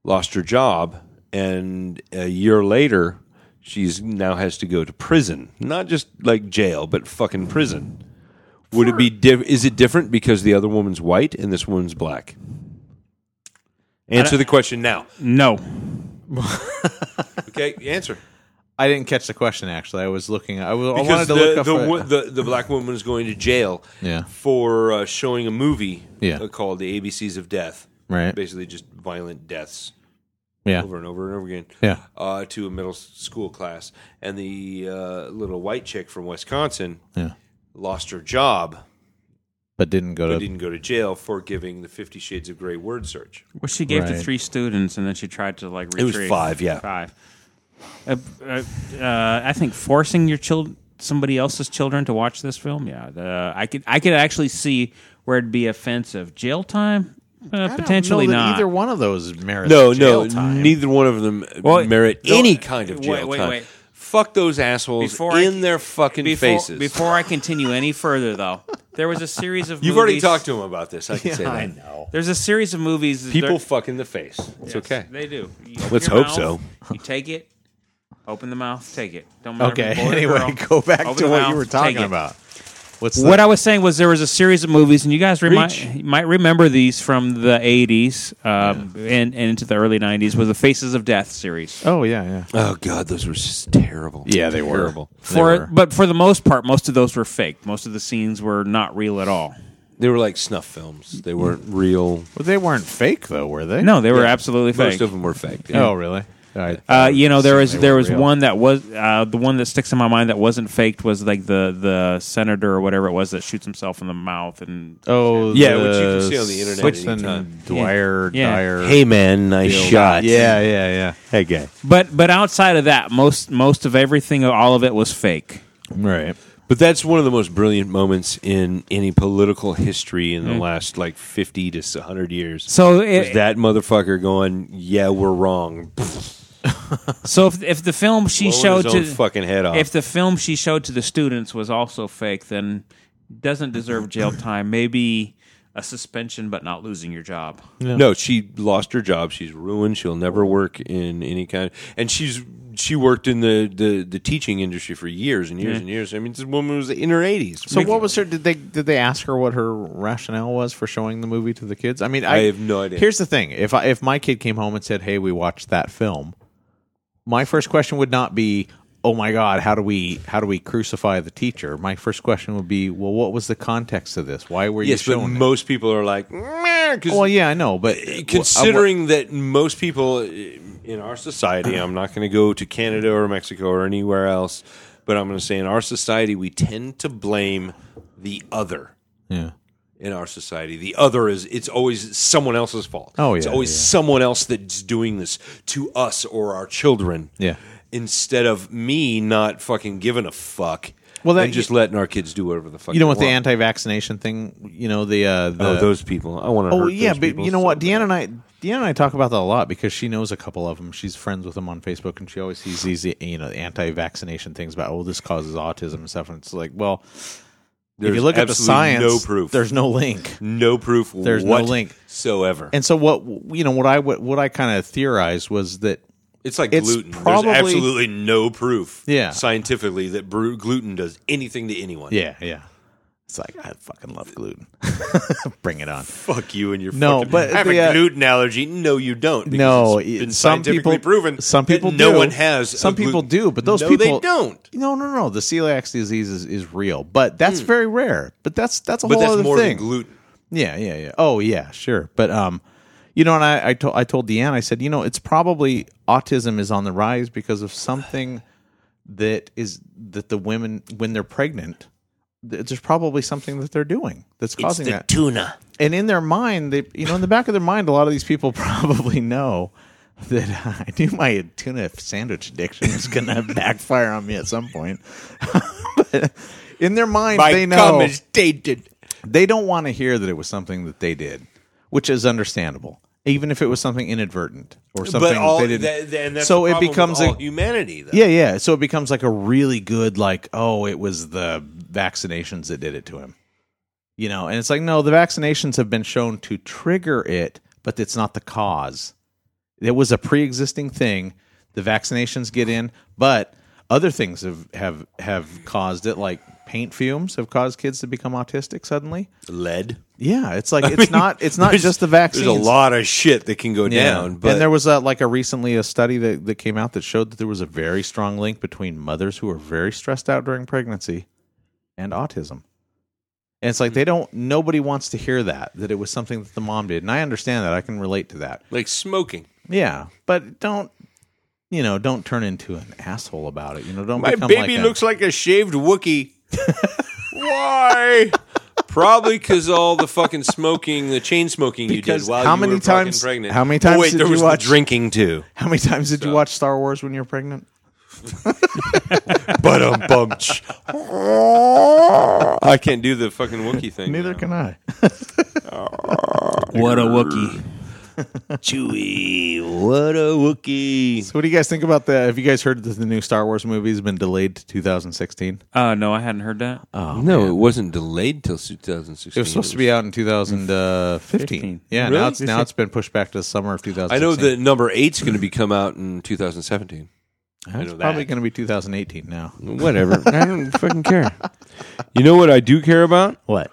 lost her job, and a year later, she's now has to go to prison, not just like jail, but fucking prison. Would it be diff- is it different because the other woman's white and this woman's black? Answer the question now. No, Okay, answer. I didn't catch the question actually. I was looking. I, was, I wanted because to the, look up. the, a- wo- the the black woman is going to jail Yeah. for uh, showing a movie Yeah. uh, called The ABCs of Death, Right. Basically, just violent deaths yeah. over and over and over again. Yeah. uh, to a middle s- school class, and the uh, little white chick from Wisconsin Yeah. lost her job But didn't go but to. didn't go to jail for giving the Fifty Shades of Grey word search. well, she gave to Right. three students, and then she tried to like was retrieve five, yeah. five. Uh, uh, uh, I think forcing your child, somebody else's children, to watch this film. Yeah, the, I could, I could actually see where it'd be offensive. Jail time, uh, potentially not. Either one of those merits. No, jail no, time. neither one of them uh, Well, merit no, any kind of wait, jail wait, time. wait. Fuck those assholes Before I- in their fucking before, faces. Before I continue any further, though, there was a series of You've already movies, talked to him about this. I can say that. There's a series of movies. that People they're- fuck in the face. It's okay. They do. You Let's open your hope mouth, You take it, open the mouth, take it. Don't matter. Okay. if you're a boy or Anyway, girl, go back open to the what mouth, you were take talking it. about. What's What the, I was saying was there was a series of movies, and you guys remind, you might remember these from the '80s um, and, and into the early '90s. Was the Faces of Death series. Oh yeah, yeah. Oh god, those were just terrible. Yeah, they were. terrible. For They were. but for the most part, most of those were fake. Most of the scenes were not real at all. They were like snuff films. They weren't real. Well, they weren't fake though, were they? No, they were absolutely fake. Most of them were fake. Oh really? I- Uh, you know, there was They there were was real. one that was uh, the one that sticks in my mind that wasn't faked was like the the senator or whatever it was that shoots himself in the mouth and Oh Yeah, the which you can see on the internet at Switch any and time. Dwyer, Yeah. Dyer. man, nice yeah, yeah, yeah. Hey guy. but but outside of that most most of everything all of it was fake. Right. But that's one of the most brilliant moments in any political history in the last like fifty to hundred years. So Is it, that motherfucker going? Yeah, we're wrong. so if, if the film she Blowing showed his to own fucking head off. if the film she showed to the students was also fake then doesn't deserve jail time maybe a suspension but not losing your job. No, she lost her job. She's ruined. She'll never work in any kind. And she's she worked in the the, the teaching industry for years and years and years. I mean, this woman was in her eighties. So what was her? Did they did they ask her what her rationale was for showing the movie to the kids? I mean, I, I have no idea. Here's the thing: if I, if my kid came home and said, "Hey, we watched that film," my first question would not be, "Oh my God, how do we how do we crucify the teacher?" My first question would be, "Well, what was the context of this? Why were yes, you but showing?" it?" most people are like, "Meh," 'cause well, yeah, I know, but considering that most people in our society, I'm not going to go to Canada or Mexico or anywhere else, but I'm going to say in our society we tend to blame the other. yeah, in our society. The other is it's always someone else's fault. Oh, it's yeah, always yeah. someone else that's doing this to us or our children. Yeah. instead of me not fucking giving a fuck. Well, that- and just letting our kids do whatever the fuck. You know they what the want. anti-vaccination thing? You know the uh, the Oh, those people. I want to. Oh yeah, but you know what? Deanna and I, Deanna and I talk about that a lot because she knows a couple of them. She's friends with them on Facebook, and she always sees these you know anti-vaccination things about oh this causes autism and stuff. And it's like, well, if you look at the science, no proof. There's no link. no proof. There's no link. whatsoever. And so what you know what I what, what I kind of theorized was that It's like It's gluten. probably- There's absolutely no proof, Yeah. scientifically, that bru- gluten does anything to anyone. yeah yeah. It's like I fucking love gluten. Bring it on. Fuck you and your No, fucking- but I have the, a uh, gluten allergy. No, you don't. because No, it's been it- some scientifically people proven. Some that people No do. one has. a Some people gluten- do, but those No, people they don't. Hmm. No, no, no. The celiac disease is, is real, but that's very rare. But that's that's a But whole that's other more thing. than gluten. Yeah, yeah, yeah. Oh, yeah, sure. But um, you know, and I I, to- I told Deanne, I said, you know, it's probably autism is on the rise because of something that is that the women when they're pregnant, th- there's probably something that they're doing that's causing that tuna. and in their mind, they you know, in the back of their mind, a lot of these people probably know that uh, I knew my tuna sandwich addiction was going to backfire on me at some point. but in their mind, they know dated. they don't want to hear that it was something that they did, which is understandable, even if it was something inadvertent or something But all that they didn't. that- that- and that's so the it problem with becomes all a humanity. Though. yeah, yeah. So it becomes like a really good, like, oh, it was the vaccinations that did it to him. You know, and it's like, no, the vaccinations have been shown to trigger it, but it's not the cause. It was a pre existing thing. The vaccinations get in, but other things have, have have caused it, like paint fumes have caused kids to become autistic suddenly. lead. Yeah, it's like it's not it's not There's- just the vaccines. There's a lot of shit that can go down. But and there was a, like a recently a study that, that came out that showed that there was a very strong link between mothers who are very stressed out during pregnancy and autism. And it's like they don't nobody wants to hear that that it was something that the mom did. And I understand that. I can relate to that. like smoking. Yeah, but don't you know, don't turn into an asshole about it. You know, don't My become baby like a- looks like a shaved Wookie. Why? Probably because all the fucking smoking, the chain smoking you Because did while how you many were fucking times- pregnant. how many Oh, times wait, did there you was the watch- drinking too? How many times did you watch Star Wars when you were pregnant? But um bunch. I can't do the fucking Wookie thing. Neither now. can I. What a wookie! Chewy, what a Wookie! So what do you guys think about the have you guys heard that the new Star Wars movie has been delayed to 2016? Uh, no, I hadn't heard that. no, it wasn't delayed till 2016. It was supposed to be out in 2015. Yeah, now Really? it's now it's been pushed back to the summer of 2016. I know that number eight's going to be come out in 2017. I know It's probably going to be 2018 now. Whatever. I don't fucking care. You know what I do care about? What?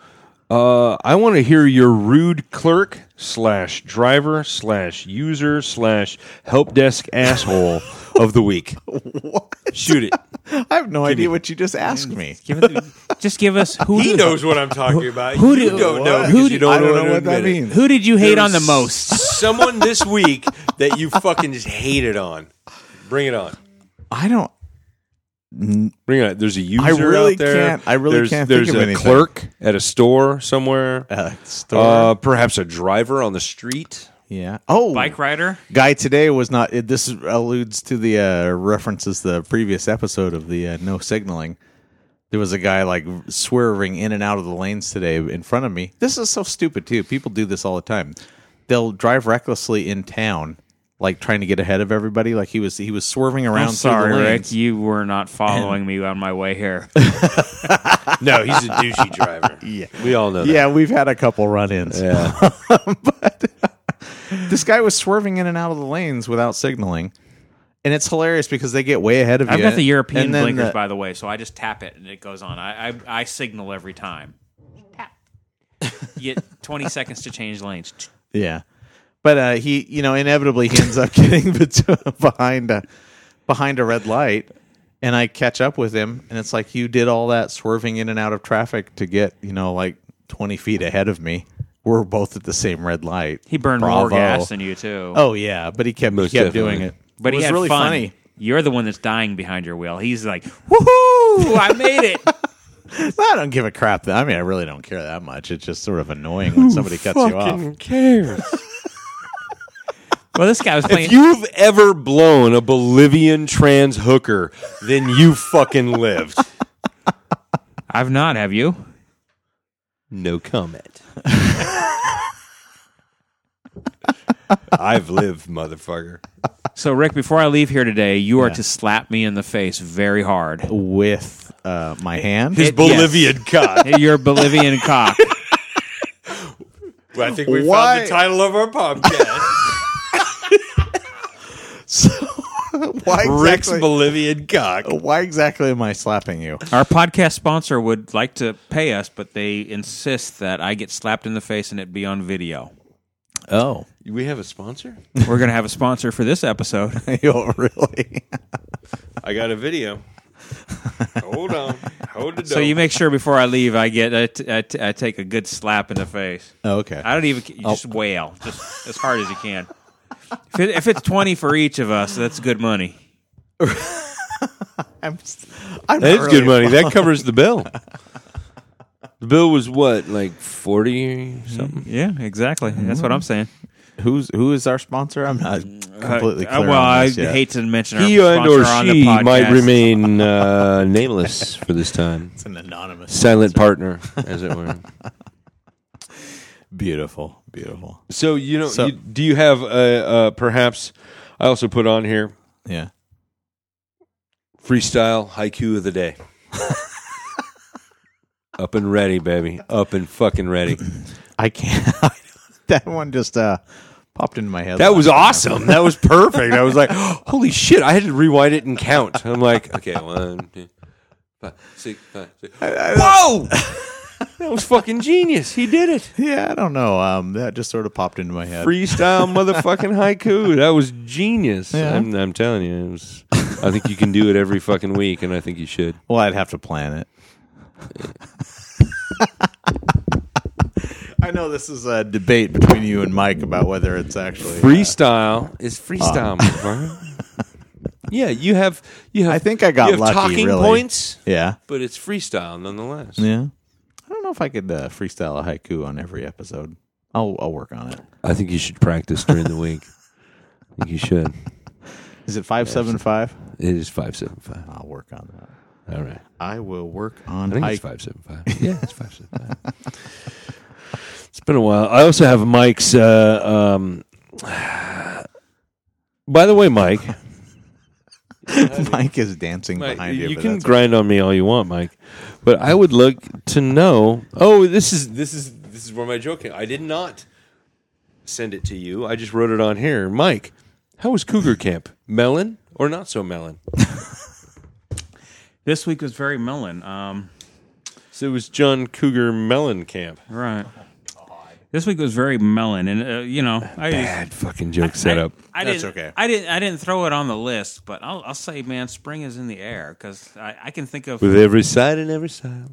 Uh, I want to hear your rude clerk slash driver slash user slash help desk asshole of the week. Shoot it. I have no idea what you just asked me. Give it, just give us who He did, knows what I'm talking about. Who you do- don't know. Who Who do- you don't I don't wanna know what that admit it. means. who did you hate There on the was most? Someone this week that you fucking just hated on. Bring it on. I don't. Bring it. On. There's a user really out there. can't- I really there's, can't There's think of a anything. clerk at a store somewhere. Uh, store. Uh, perhaps a driver on the street. yeah. Oh, Bike rider. guy today was not. It, this alludes to the uh, references the previous episode of the uh, no signaling. There was a guy like swerving in and out of the lanes today in front of me. This is so stupid too. People do this all the time. They'll drive recklessly in town, like trying to get ahead of everybody. Like he was, he was swerving around. I'm sorry, through the Rick. lanes. You were not following me on my way here. No, he's a douchey driver. yeah, we all know. Yeah, we've had a couple run-ins. that. Yeah. This guy was swerving in and out of the lanes without signaling, and it's hilarious because they get way ahead of I've you. got the European And then blinkers, the- by the way, so I just tap it and it goes on. I I, I signal every time. Tap. You get 20 seconds to change lanes. Yeah, but uh, he, you know, inevitably he ends up getting bet- behind a behind a red light, and I catch up with him, and it's like you did all that swerving in and out of traffic to get, you know, like twenty feet ahead of me. We're both at the same red light. He burned more Bravo. gas than you too. Oh yeah, but he kept he Most kept definitely. doing it. but it he was had really fun. funny. You're the one that's dying behind your wheel. He's like, "Woohoo! I made it!" I don't give a crap. That I mean, I really don't care that much. It's just sort of annoying when somebody cuts you off. cares? Well, this guy was playing. If you've ever blown a Bolivian trans hooker, then you fucking lived. I've not. Have you? No comment. I've lived, motherfucker. So, Rick, before I leave here today, you are to slap me in the face very hard. with uh, my hand. His Bolivian cock. Your Bolivian cock. I think we Why? found the title of our podcast. why Rick's Bolivian cock. why exactly am I slapping you? Our podcast sponsor would like to pay us, but they insist that I get slapped in the face and it be on video. Oh, We have a sponsor? We're going to have a sponsor for this episode. you really? I got a video. Hold on. Hold it So you make sure before I leave, I get I, t- I, t- I take a good slap in the face. Okay. I don't even you just wail, just as hard as you can. If, it, if it's twenty for each of us, that's good money. I'm, s- I'm That not is good really- money. That covers the bill. The bill was what, like forty something? Yeah, exactly. That's what I'm saying. Mm-hmm. Who's who is our sponsor? I'm not completely Uh, clear. well, on I this yet. hate to mention our He and sponsor or on the she podcast. might remain uh, nameless for this time. it's an anonymous. Silent partner, as it were. Beautiful, beautiful. So you know, So- you, do you have uh, uh, perhaps? I also put on here Yeah. freestyle haiku of the day. Up and ready, baby. Up and fucking ready. I can't. that one just uh, popped into my head. That was awesome. That was perfect. I was like, "Oh." holy shit! I had to rewind it and count. I'm like, okay, one, two, five, six, five, six. Whoa! That was fucking genius. He did it. Yeah, I don't know. Um, that just sort of popped into my head. Freestyle motherfucking haiku. That was genius. Yeah. I'm, I'm telling you, it was. I think you can do it every fucking week, and I think you should. Well, I'd have to plan it. I know this is a debate between you and Mike about whether it's actually. Freestyle is freestyle, motherfucker. Yeah, you have you have. I think I got you have lucky, Talking really. points, Yeah, but it's freestyle nonetheless. yeah. I don't know if I could uh, freestyle a haiku on every episode. I'll I'll work on it. I think you should practice during the week. I think you should. Is it five seven five? It is five seven five. I'll work on that. All right. I will work on I think haiku. it's five seven five. Yeah, it's five seven five. It's been a while. I also have Mike's. Uh, um, by the way, Mike, Mike is dancing behind you. you but can that's- grind on me all you want, Mike, but I would look to know. Oh, this is this is this is where my joke came. I did not send it to you. I just wrote it on here, Mike. How was Cougar Camp? Melon or not so melon? This week was very melon. Um, So it was John Cougar Melon Camp. right. This week was very melon, and uh, you know, I Bad fucking joke setup. I That's didn't, okay. I didn't. I didn't throw it on the list, but I'll, I'll say, man, spring is in the air because I, I can think of. With every side and every side.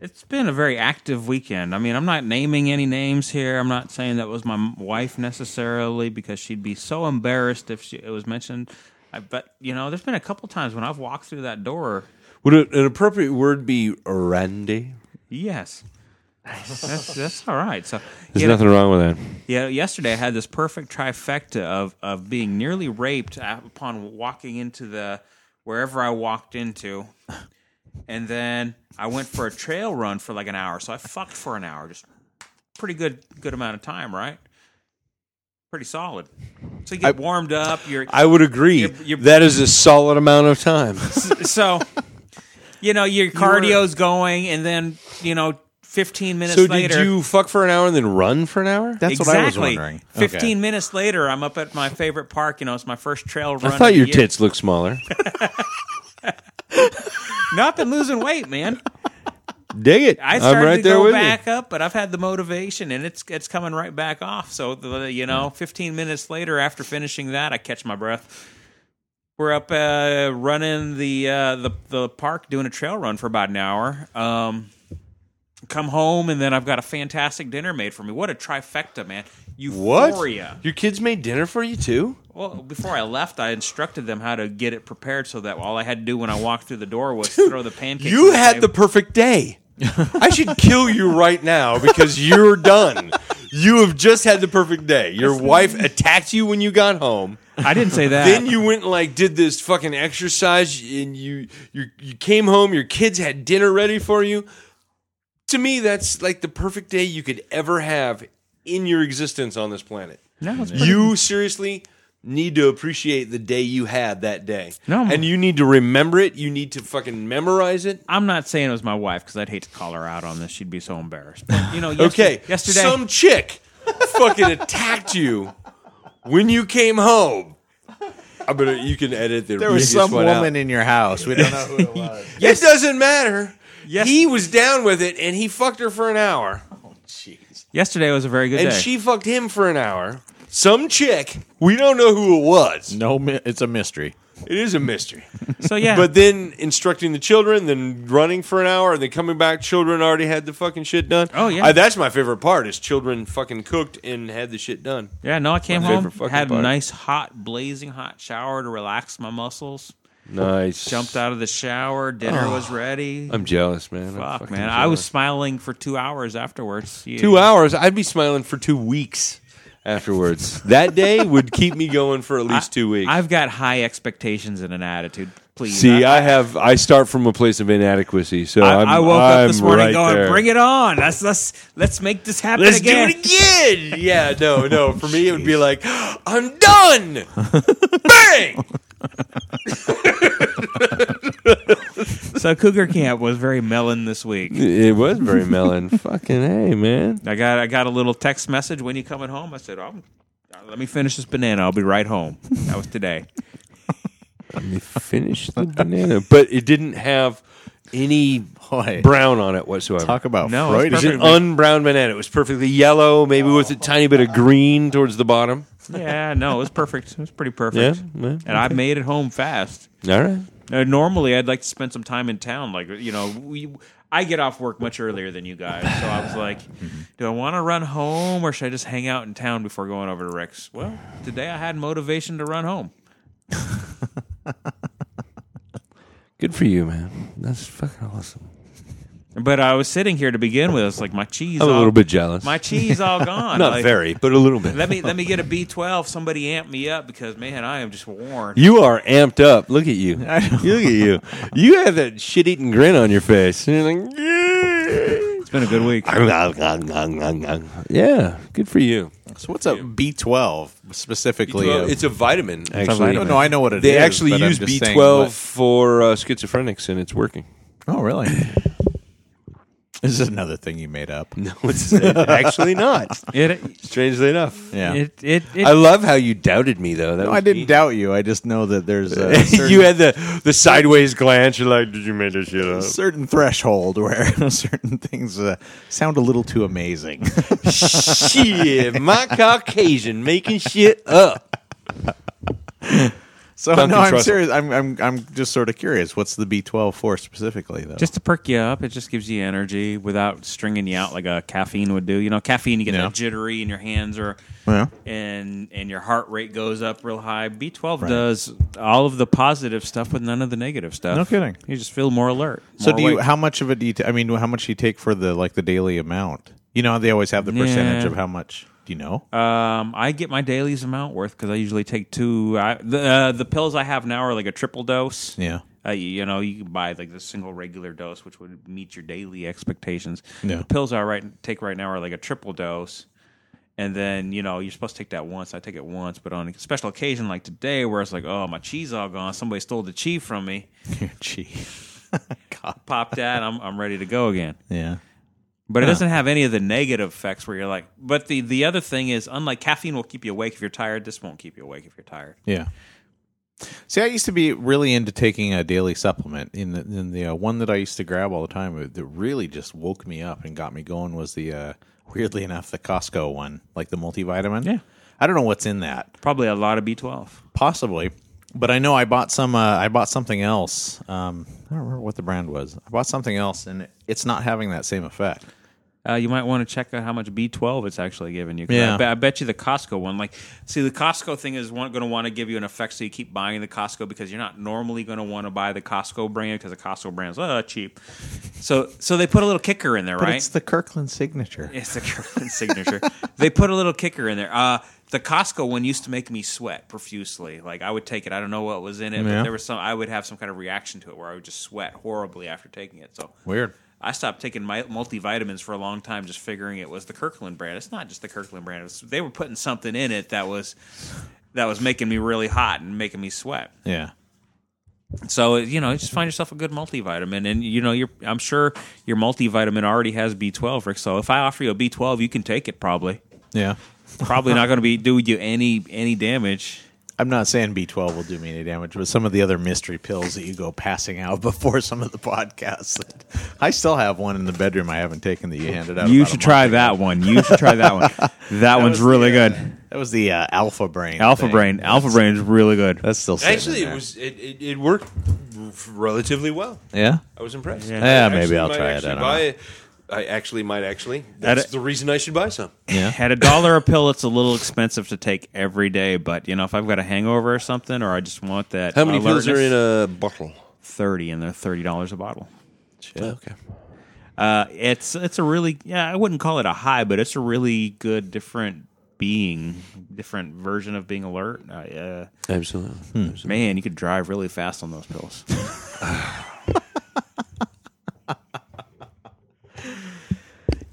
It's been a very active weekend. I mean, I'm not naming any names here. I'm not saying that was my m- wife necessarily because she'd be so embarrassed if she, it was mentioned. I, but you know, there's been a couple times when I've walked through that door. Would a- an appropriate word be Randy? Yes, that's that's all right. So There's you know- nothing wrong with that. Yeah, yesterday I had this perfect trifecta of of being nearly raped upon walking into the wherever I walked into, and then I went for a trail run for like an hour. So I fucked for an hour, just pretty good good amount of time, right? Pretty solid. So you get warmed up. You're I would agree. You're- you're- that is a solid amount of time. so you know your cardio's going, and then you know fifteen minutes so later. did you fuck for an hour and then run for an hour? That's exactly. what I was wondering. Okay. Fifteen minutes later, I'm up at my favorite park. You know, it's my first trail I run. of thought the your year. tits looked smaller. No, I've been losing weight, man. Dig it. I am started right to there go with back up, but I've had the motivation, and it's it's coming right back off. So the, you know, 15 minutes later, after finishing that, I catch my breath. We're up uh, running the uh, the the park, doing a trail run for about an hour. Um, come home, and then I've got a fantastic dinner made for me. What a trifecta, man! you. What? Euphoria. Your kids made dinner for you too? Well, before I left, I instructed them how to get it prepared so that all I had to do when I walked through the door was throw the pancakes. You on had the table. perfect day. I should kill you right now because you're done. You have just had the perfect day. Your wife attacked you when you got home. I didn't say that. Then you went and like did this fucking exercise, and you you you came home. Your kids had dinner ready for you. To me, that's like the perfect day you could ever have in your existence on this planet. No, it's pretty- You seriously need to appreciate the day you had that day. No. and you need to remember it. You need to fucking memorize it. I'm not saying it was my wife because I'd hate to call her out on this. She'd be so embarrassed. But, you know, yesterday, Okay. yesterday some chick fucking attacked you when you came home. I'm gonna. You can edit the. There was easiest some one woman out. in your house. We don't know who it was. It doesn't matter. He was down with it, and he fucked her for an hour, yesterday was a very good and day. she fucked him for an hour. Some chick. We don't know who it was. No, mi- it's a mystery. It is a mystery. so yeah, But then instructing the children, then running for an hour, and then coming back. Children already had the fucking shit done. Oh, yeah. I- that's my favorite part. Is children fucking cooked and had the shit done. yeah, no, I came my home, favorite fucking had a part. nice hot, blazing hot shower to relax my muscles. Nice. Jumped out of the shower, dinner was ready. I'm jealous, man. I'm Fuck, Ah. fucking man, I was jealous. smiling for two hours afterwards. Yeah. two hours. I'd be smiling for two weeks afterwards. that day would keep me going for at least two weeks. I've got high expectations and an attitude. Please, See, I, I have. I start from a place of inadequacy, so I- I'm, I woke I'm up this morning right going, there. "Bring it on! Let's let's let's make this happen Let's again." do it again. Yeah, no, no. For me, it would be like, I'm done. Bang. So Cougar Camp was very melon this week. It was very melon. Fucking hey, man. I got I got a little text message when you coming home. I said, "I'm let me finish this banana. I'll be right home." That was today. Finish the banana, but it didn't have any Boy, brown on it whatsoever. talk about No, it's It Freudian. was an Perfectly- unbrowned banana. It was perfectly yellow, maybe with a tiny bit of green towards the bottom. Yeah, no, it was perfect. It was pretty perfect. Yeah, yeah, and I made it home fast. All right. Now, Uh, normally, I'd like to spend some time in town. Like you know, we I get off work much earlier than you guys, so I was like, Mm-hmm. "Do I want to run home, or should I just hang out in town before going over to Rick's?" Well, today I had motivation to run home. Good for you, man. That's fucking awesome. But I was sitting here to begin with. It's like my cheese. I'm a all- little bit jealous. My cheese all gone. Not Like, very, but a little bit. Let me let me get a B twelve. Somebody amp me up because man, I am just worn. You are amped up. Look at you. Look at you. You have that shit eating grin on your face. And you're like, It's been a good week. yeah. yeah, good for you. So what's a B twelve specifically? of- a vitamin, actually. I don't know. I know what it is. They actually but I'm use just saying B12 for uh, schizophrenics, and it's working. what- oh, really? This is another thing you made up. No, it's actually not. It Strangely enough. Yeah. it it, it I love how you doubted me, though. That no, was I didn't neat. doubt you. I just know that there's a certain, you had the, the sideways glance. You're like, did you make this shit up? certain threshold where certain things uh, sound a little too amazing. shit, my Caucasian making shit up. So Duncan no, I'm Trussell. serious. I'm I'm I'm just sort of curious. What's the B12 for specifically though? just to perk you up. It just gives you energy without stringing you out like a caffeine would do. You know, caffeine you get Yeah. that jittery and your hands are Yeah. and and your heart rate goes up real high. B twelve does all of the positive stuff, but none of the negative stuff. No kidding. You just feel more alert. so more do you? awake. How much of it do you? T- I mean, how much do you take for the like the daily amount? You know, how they always have the percentage Yeah. of how much. Do you know? Um, I get my dailies amount worth because I usually take two. I, the uh, the pills I have now are like a triple dose. yeah. Uh, you, you know, you can buy like the single regular dose, which would meet your daily expectations. Yeah. The pills I right take right now are like a triple dose, and then you know you're supposed to take that once. I take it once, but on a special occasion like today, where it's like, oh, my cheese all gone. Somebody stole the cheese from me. Gee. Pop that. I'm I'm ready to go again. Yeah. But it doesn't have any of the negative effects where you're like. But the the other thing is, unlike caffeine, will keep you awake if you're tired. This won't keep you awake if you're tired. Yeah. See, I used to be really into taking a daily supplement. In the, in the uh, one that I used to grab all the time, it- that really just woke me up and got me going was the uh, weirdly enough the Costco one, like the multivitamin. Yeah. I don't know what's in that. Probably a lot of B12. possibly. But I know I bought some. Uh, I bought something else. Um, I don't remember what the brand was. I bought something else, and it's not having that same effect. uh, you might want to check out how much B12 it's actually giving you. 'Cause Yeah. I, bet- I bet you the Costco one. Like, see, the Costco thing is going to want to give you an effect, so you keep buying the Costco because you're not normally going to want to buy the Costco brand because the Costco brand's uh, cheap. So, so they put a little kicker in there, But right? it's the Kirkland signature. It's the Kirkland signature. they put a little kicker in there. Uh, the Costco one used to make me sweat profusely. Like I would take it. I don't know what was in it, Yeah. but there was some. I would have some kind of reaction to it where I would just sweat horribly after taking it. So Weird. I stopped taking my multivitamins for a long time, just figuring it was the Kirkland brand. It's not just the Kirkland brand. It's, they were putting something in it that was that was making me really hot and making me sweat. Yeah. So you know, just find yourself a good multivitamin, and you know, you're, I'm sure your multivitamin already has B12, Rick. So if I offer you a B12, you can take it. Probably, Yeah. probably not going to be do you any any damage. I'm not saying B12 will do me any damage, but some of the other mystery pills that you go passing out before some of the podcasts. I still have one in the bedroom I haven't taken that you handed out. You about a should month try ago. that one. You should try that one. That, one's was really the, uh, good. That was the uh, Alpha Brain. Alpha thing. Brain. Alpha Brain is really good. That's still sitting in Actually, it there. was it, it, it worked relatively well. Yeah. I was impressed. Yeah, I maybe actually I'll might try it, actually I don't buy know. it. I actually might actually. That's it- the reason I should buy some. At a dollar a pill, it's a little expensive to take every day, but you know, if I've got a hangover or something, or I just want that. How many pills are alertness- in a bottle? Thirty, and they're thirty dollars a bottle. Okay. Uh, it's it's a really yeah, I wouldn't call it a high, but it's a really good different being, different version of being alert. Uh, uh, Absolutely. Hmm. man, you could drive really fast on those pills.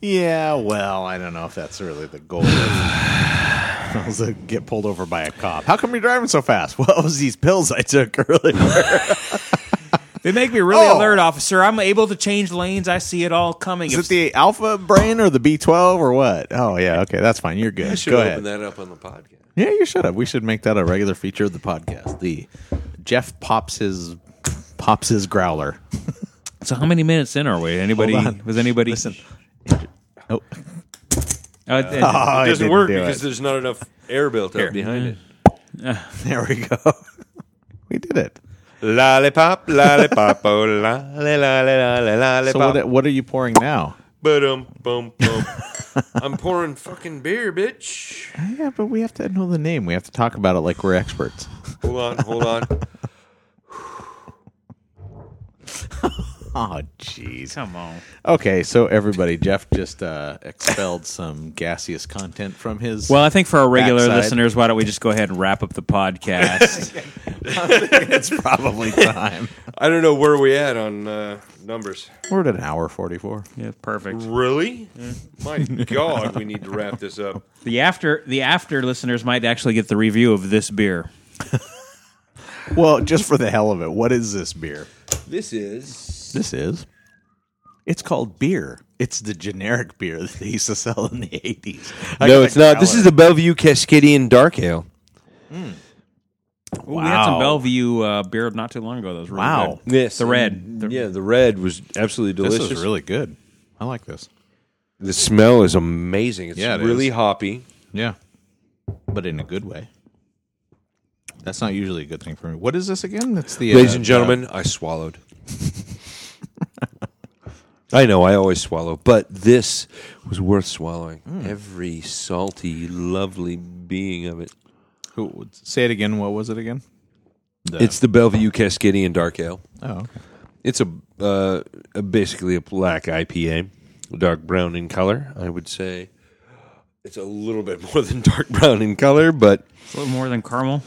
Yeah, well, I don't know if that's really the goal. I was to get pulled over by a cop. How come you're driving so fast? Well, it was these pills I took earlier. they make me really Oh. alert, officer. I'm able to change lanes. I see it all coming. Is it the Alpha Brain or the B12 or what? Oh yeah, okay, that's fine. You're good. Go ahead. that up on the podcast. Yeah, you should have. We should make that a regular feature of the podcast. The Jeff pops his pops his growler. so how many minutes in are we? Anybody? Hold on. Was anybody? Listen. Oh, Uh, uh, I It doesn't didn't work do because it. there's not enough air built up behind it. there we go. we did it. Lollipop, lollipop, oh, lolly, lolly, lolly, So lollipop. what, what are you pouring now? Ba-dum, bum, bum. I'm pouring fucking beer, bitch. Yeah, but we have to know the name. We have to talk about it like we're experts. Hold on, hold on. Oh, jeez. come on. Okay, so everybody, Jeff just uh, expelled some gaseous content from his. Well, I think for our regular Backside. listeners, why don't we just go ahead and wrap up the podcast? it's probably time. I don't know where we at on uh, numbers. We're at an hour forty-four. yeah, perfect. Really? My God, we need to wrap this up. The after the after listeners might actually get the review of this beer. Well, just for the hell of it, what is this beer? This is This is. It's called beer. It's the generic beer that they used to sell in the eighties. No, it's not. This is the Bellevue Cascadian Dark Ale. Well, We had some Wow. Bellevue uh, beer not too long ago. That was really Wow. good. Yes, The red. and- yeah, the red was absolutely This delicious. is really good. I like this. the smell is amazing. It's Yeah, it really is. hoppy. Yeah, but in a good way. That's not usually a good thing for me. What is this again? That's the Ladies uh, and gentlemen, I swallowed. I know I always swallow, but this was worth swallowing. Every salty, lovely being of it. Who, say it again. What was it again? The- It's the Bellevue Cascadian Dark Ale. oh, okay. It's a uh, a- basically a black IPA, dark brown in color. I would say it's a little bit more than dark brown in color, but It's a little more than caramel.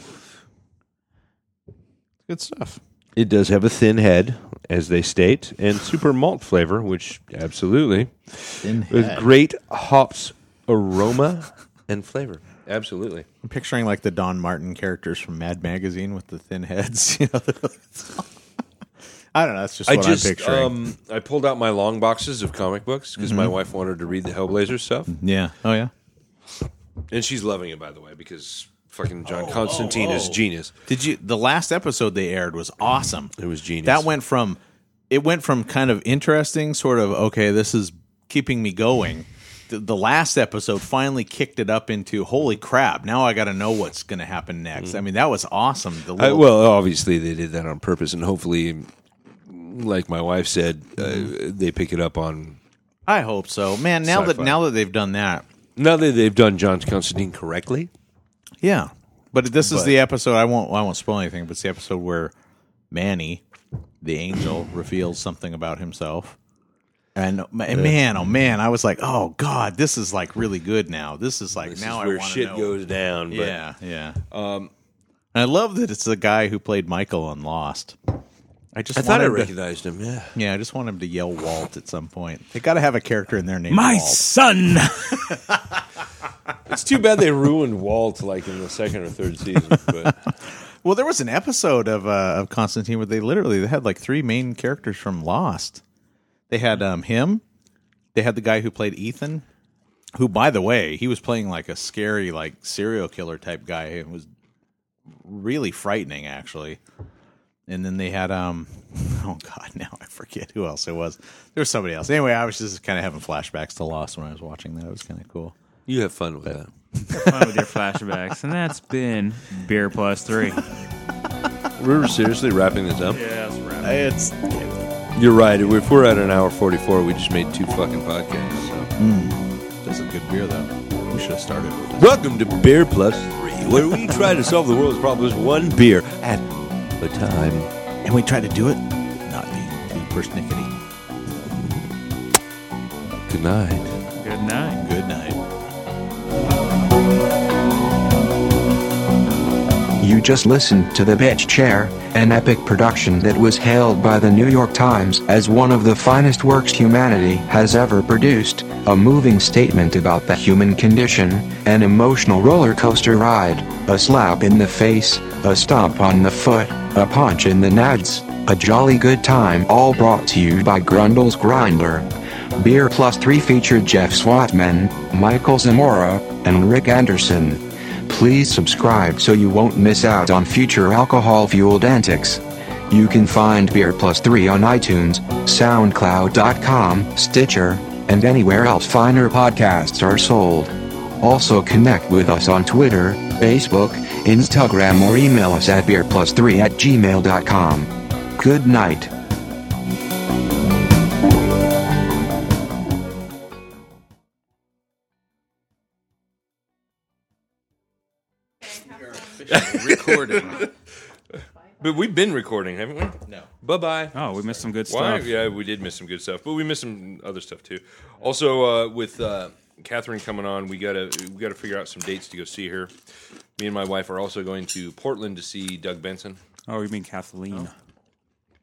good stuff. it does have a thin head, as they state, and super malt flavor, which absolutely with great hops aroma and flavor. Absolutely. I'm picturing like the Don Martin characters from Mad Magazine with the thin heads. You know, I don't know. That's just I what just I'm picturing. um, I pulled out my long boxes of comic books because my wife wanted to read the Hellblazer stuff, yeah. Oh yeah. and she's loving it by the way because fucking Oh, John Constantine is genius. Did you? The last episode they aired was awesome. It was genius. That went from it went from kind of interesting, sort of okay, this is keeping me going. The, the last episode finally kicked it up into holy crap! Now I got to know what's going to happen next. Mm-hmm. I mean, that was awesome. The I, little, well, obviously they did that on Mm-hmm. purpose, and hopefully, like my wife said, uh, they pick it up on I hope so, man. Now that Sci-fi. now that they've done that, Now that they've done John Constantine correctly, yeah. But this is the episode I won't I won't spoil anything. But it's the episode where Manny, the angel, reveals something about himself. And ma- man, oh man, I was like, oh god, this is like really good now. This is like now I where wanna shit know. goes down. But Yeah, yeah. Um, and I love that it's the guy who played Michael on Lost. I just I thought I want him to- recognized him. Yeah, yeah, I just want him to yell Walt at some point. They got to have a character in their name. My Walt. son. it's too bad they ruined Walt like in the second or third season. But Well, there was an episode of uh, of Constantine where they literally they had like three main characters from Lost. They had um, him. They had the guy who played Ethan, who, by the way, he was playing like a scary, like serial killer type guy. It was really frightening, actually. And then they had um, oh god, now I forget who else it was. There was somebody else. Anyway, I was just kind of having flashbacks to Lost when I was watching that. It was kind of cool. you have fun with that. Fun with your flashbacks, and that's been beer plus three. We're seriously wrapping this up. It's You're right. If we're at an hour 44, we just made two fucking podcasts. So. that's a good beer though. We should have started with this. Welcome to Beer Plus 3, where we try to solve the world's problems one beer at a time. And we try to do it, not be the persnickety. Good night. Good night. Good night. You just listened to The Bitch Chair, an epic production that was hailed by the New York Times as one of the finest works humanity has ever produced, a moving statement about the human condition, an emotional roller coaster ride, a slap in the face, a stomp on the foot, a punch in the nads, a jolly good time, all brought to you by Grundle's Grinder. Beer Plus 3 featured Jeff Swatman, Michael Zamora, and Rick Anderson. Please subscribe so you won't miss out on future alcohol fueled antics. You can find Beer Plus 3 on iTunes, SoundCloud.com, Stitcher, and anywhere else finer podcasts are sold. Also connect with us on Twitter, Facebook, Instagram, or email us at beerplus3 at gmail.com. Good night. But we've been recording, haven't we? No. Bye bye. Oh, we missed some good Why? stuff. Yeah, we did miss some good stuff, but we missed some other stuff too. Also, uh, with uh, Catherine coming on, we gotta we gotta figure out some dates to go see her. Me and my wife are also going to Portland to see Doug Benson. Oh, you mean Kathleen?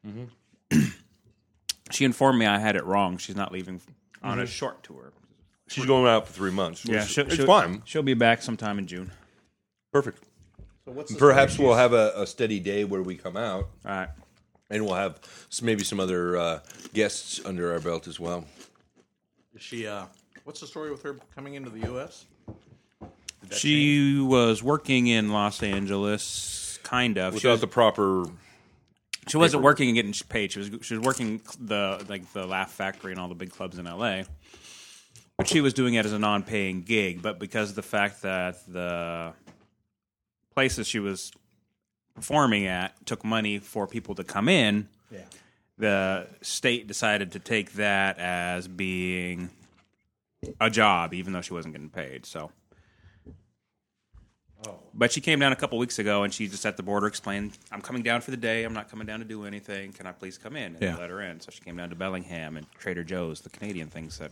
Mm-hmm. she informed me I had it wrong. She's not leaving on a short tour. She's going out for three months. which- she'll- it's she'll- fine. She'll be back sometime in June. Perfect. Perhaps we'll have a, a steady day where we come out, All right. and we'll have s- maybe some other uh, guests under our belt as well. Is she? Uh, what's the story with her coming into the U.S.? She was working in Los Angeles, kind of. She, Without was, the proper, she wasn't working and getting paid. She was she was working the like the Laugh Factory and all the big clubs in L.A. But she was doing it as a non-paying gig. But because of the fact that the places she was performing at took money for people to come in, the state decided to take that as being a job, even though she wasn't getting paid. So. But she came down a couple weeks ago, and she just at the border explained, "I'm coming down for the day. I'm not coming down to do anything. Can I please come in?" And they Yeah. let her in. So she came down to Bellingham and Trader Joe's, the Canadian thing said.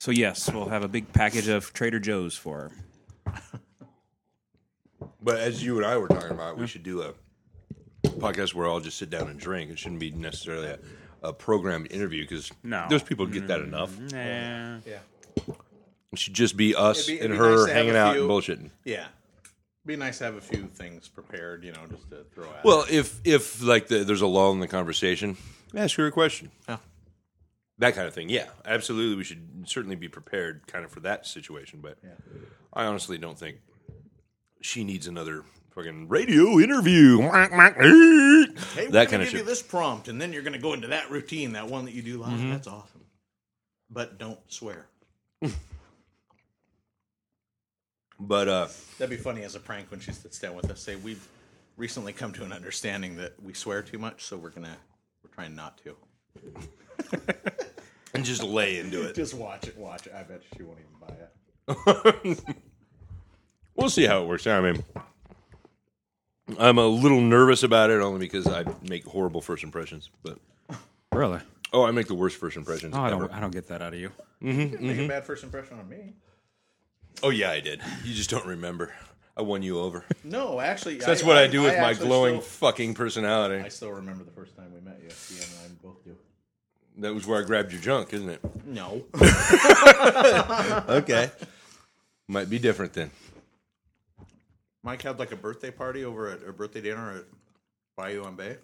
So yes, we'll have a big package of Trader Joe's for her. but as you and I were talking about, we should do a podcast where I'll just sit down and drink. It shouldn't be necessarily a, a programmed interview because No. those people get that enough. Nah. It should just be us It'd be- and it'd be her nice to have hanging a out few- and bullshitting. Yeah. Be nice to have a few things prepared, you know, just to throw out. Well, if if like the, there's a lull in the conversation, ask her a question. Yeah. That kind of thing. Yeah, absolutely. We should certainly be prepared, kind of for that situation. But I honestly don't think she needs another fucking radio interview. hey, we're that gonna kind of give shit. you this prompt, and then you're going to go into that routine, that one that you do live. That's awesome. But don't swear. But uh, That'd be funny as a prank when she sits down with us. Say we've recently come to an understanding that we swear too much, so we're gonna we're trying not to. and just lay into it. Just watch it. Watch it. I bet she won't even buy it. We'll see how it works out. I mean, I'm a little nervous about it only because I make horrible first impressions. But Really? oh, I make the worst first impressions Oh, I ever. don't. I don't get that out of you. Make a bad first impression on me. Oh yeah, I did. You just don't remember. I won you over. No, actually, That's what I do with my actually glowing Still, fucking personality. I still remember the first time we met you. Ian and I both do. That was where I grabbed your junk, isn't it? No, Okay. Might be different then. Mike had like a birthday party over at a birthday dinner at Bayou and Bay.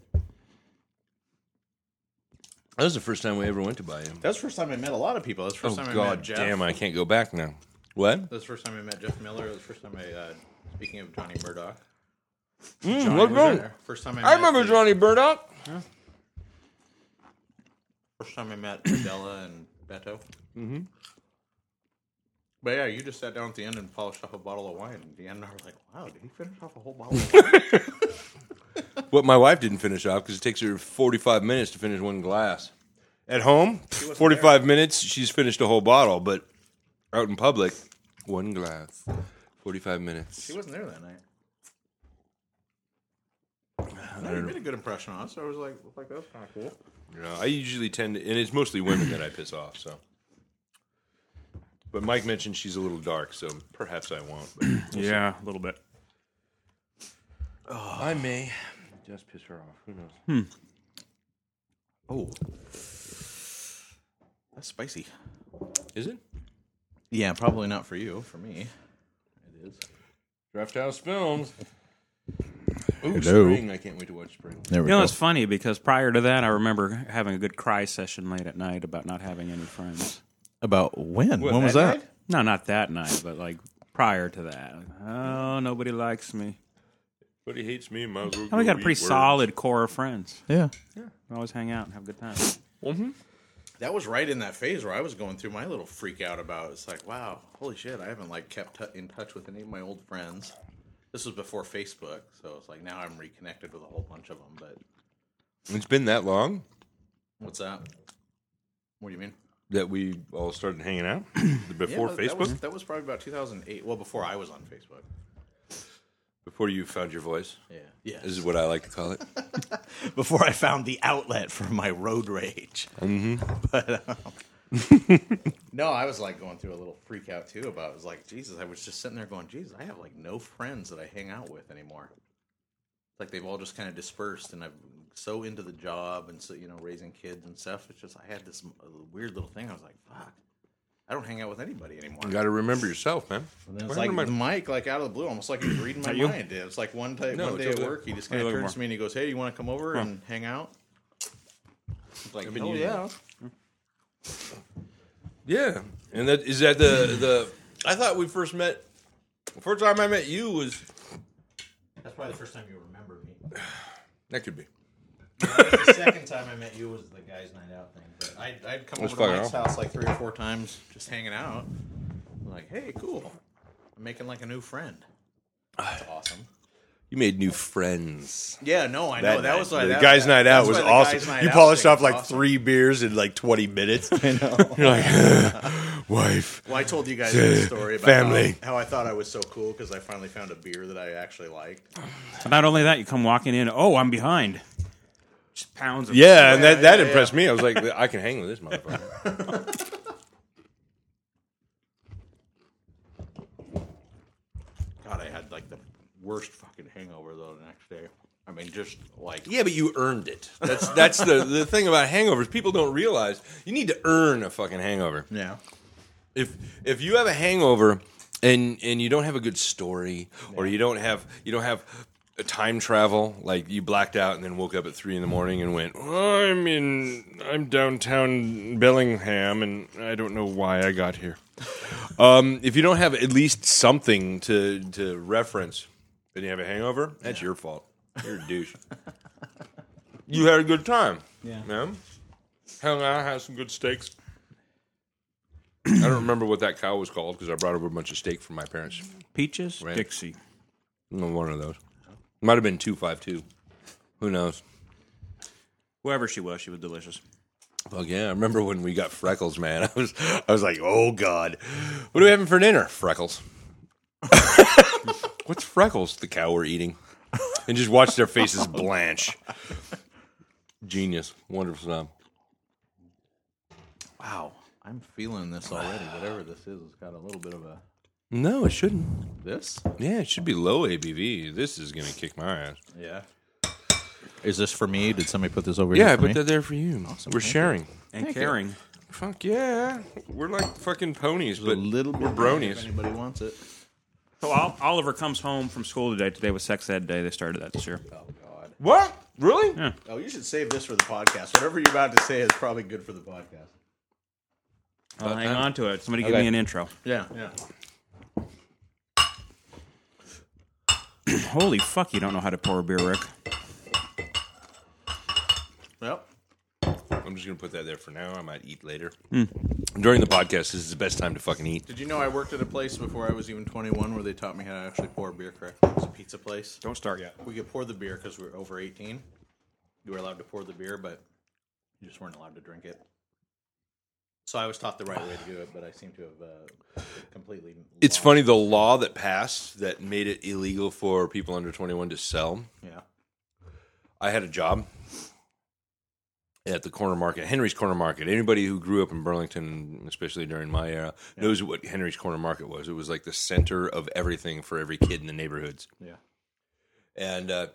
That was the first time we ever went to buy him. That's the first time I met a lot of people. That's the Oh first time I god met Jeff. damn, I can't go back now. What? That's the first time I met Jeff Miller. That's the first time I. Uh, speaking of Johnny Murdoch, What's wrong? there. first time I. I met remember the- Johnny Burdock. First time I met Della and Beto. Mm-hmm. But yeah, you just sat down at the end and polished off a bottle of wine. At the end, and I was like, "Wow, did he finish off a whole bottle?" of wine? What my wife didn't finish off because it takes her 45 minutes to finish one glass. At home, 45 minutes, she's finished a whole bottle, but out in public, one glass. 45 minutes. He wasn't there that night. No, you made a good impression on us. I was like, like that's kind of cool. You know, I usually tend to, and it's mostly women that I piss off, so. But Mike mentioned she's a little dark, so perhaps I won't. But Yeah, a little bit. I may just piss her off. Who knows? Oh, that's spicy. Is it? Yeah, probably not for you. For me, it is. Draft House Films. Ooh, Hello. Spring. I can't wait to watch Spring. There we You know, it's funny because prior to that, I remember having a good cry session late at night about not having any friends. About when? What, when was that that? No, not that night, but like prior to that. Oh, nobody likes me. But he hates me. Might as well And we go got a eat pretty worms. solid core of friends. Yeah. We always hang out and have a good time. That was right in that phase where I was going through my little freak out about it's like, wow, holy shit, I haven't like kept t- in touch with any of my old friends. This was before Facebook, so it's like now I'm reconnected with a whole bunch of them. But It's been that long what's that? What do you mean? that we all started hanging out Yeah, before but Facebook. That was, that was probably about 2008. Well, before I was on Facebook. Before you found your voice. Yeah. Yeah. This is what I like to call it. Before I found the outlet for my road rage. Mm-hmm. But um, no, I was like going through a little freak out too about it was like Jesus. I was just sitting there going, Jesus, I have like no friends that I hang out with anymore. Like they've all just kind of dispersed, and I'm so into the job and so you know raising kids and stuff. It's just I had this uh, weird little thing. I was like, fuck. I don't hang out with anybody anymore. You got to remember yourself, man. And It's Why like am I- Mike, like out of the blue, almost like he was reading my mind. It's like one day, No, one day it's at over work, he just What are kind you of looking turns for? to me and he goes, "Hey, you want to come over and hang out?" It's like, been oh using yeah, yeah, and that is that the the. I thought we first met. The first time I met you was that's probably the first time you remember me. that could be. the second time I met you was the guys' night out thing. But I'd, I'd come That's over to fucking Mike's awful. house like three or four times, just hanging out. I'm like, hey, cool, I'm making like a new friend. That's awesome. You made new friends. Yeah, no, I know that, was like the that- guys' night out that's was why the guys' awesome. night You out polished thing off was like awesome. three beers in like twenty minutes. I know. You're like, wife. Well, I told you guys that story about Family. How, how I thought I was so cool because I finally found a beer that I actually liked. But not only that, you come walking in, oh, I'm behind. Just pounds of Yeah, and that, that yeah, impressed me. I was like, I can hang with this motherfucker. God, I had like the worst fucking hangover though the next day. I mean, just like Yeah, but you earned it. That's that's the, the thing about hangovers. People don't realize you need to earn a fucking hangover. yeah, If if you have a hangover and and you don't have a good story or you don't have you don't have a time travel like you blacked out and then woke up at three in the morning and went I'm in I'm downtown Bellingham and I don't know why I got here. um, if you don't have at least something to to reference and you have a hangover, that's your fault. You're a douche. you had a good time. Yeah. Man. Hung out, had some good steaks. I don't remember what that cow was called because I brought over a bunch of steak from my parents. peaches. Dixie. Mm, One of those. Might have been 252. Who knows? Whoever she was, she was delicious. Well, yeah, I remember when we got freckles, man. I was, I was like, oh god, what are we having for dinner? Freckles. What's freckles? The cow we're eating, and just watch their faces blanch. Genius, wonderful snob. Wow, I'm feeling this already. Whatever this is, it's got a little bit of a No, it shouldn't. this. Yeah, it should be low ABV. This is gonna kick my ass. Yeah. Is this for me? Did somebody put this over Yeah, here? I for put me? that there for you. We're thank you. sharing. and caring. Fuck yeah, we're like fucking ponies, There's but a little bit we're bronies. If anybody wants it. So Ol- Oliver comes home from school today. Today was sex ed day. They started that this year. What? Really? Oh, you should save this for the podcast. Whatever you're about to say is probably good for the podcast. I'll hang on to it. Somebody give Okay. me an intro. Yeah, yeah. Holy fuck, you don't know how to pour a beer, Rick. Yep. I'm just gonna put that there for now. I might eat later. During the podcast, this is the best time to fucking eat. Did you know I worked at a place before I was even 21 where they taught me how to actually pour beer correctly? It was a pizza place. Don't start yet. We could pour the beer because we were over 18. You were allowed to pour the beer, but you just weren't allowed to drink it. So I was taught the right way to do it, but I seem to have uh, completely. It's lost- funny the law that passed that made it illegal for people under 21 to sell. Yeah. I had a job at the corner market, Henry's Corner Market. Anybody who grew up in Burlington, especially during my era, knows what Henry's Corner Market was. It was like the center of everything for every kid in the neighborhoods. Yeah. and uh,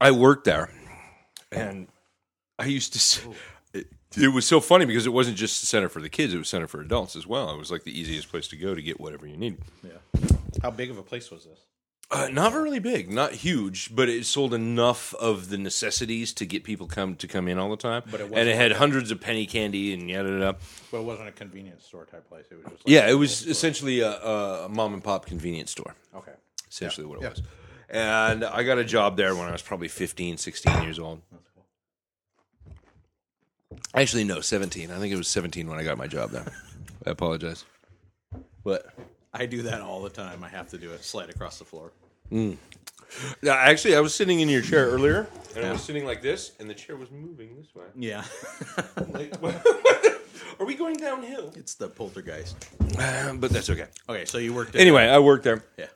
I worked there, and I used to. s- It, it was so funny because it wasn't just a center for the kids; it was a center for adults as well. It was like the easiest place to go to get whatever you need. How big of a place was this? Uh, not really big, not huge, but it sold enough of the necessities to get people come to come in all the time. But it and wasn't- it had hundreds of penny candy and yada yada. yada. Well, it wasn't a convenience store type place. It was just like Yeah, it was essentially a, a mom and pop convenience store. Okay. essentially what it was. And I got a job there when I was probably 15, 16 years old. Actually, no, 17. I think it was 17 when I got my job there. I apologize. But I do that all the time. I have to do it. Slide across the floor. no, actually, I was sitting in your chair earlier, and I was sitting like this, and the chair was moving this way. Yeah. Are we going downhill? it's the poltergeist. Uh, but that's okay. Okay, so you worked at Anyway, I worked there. Yeah.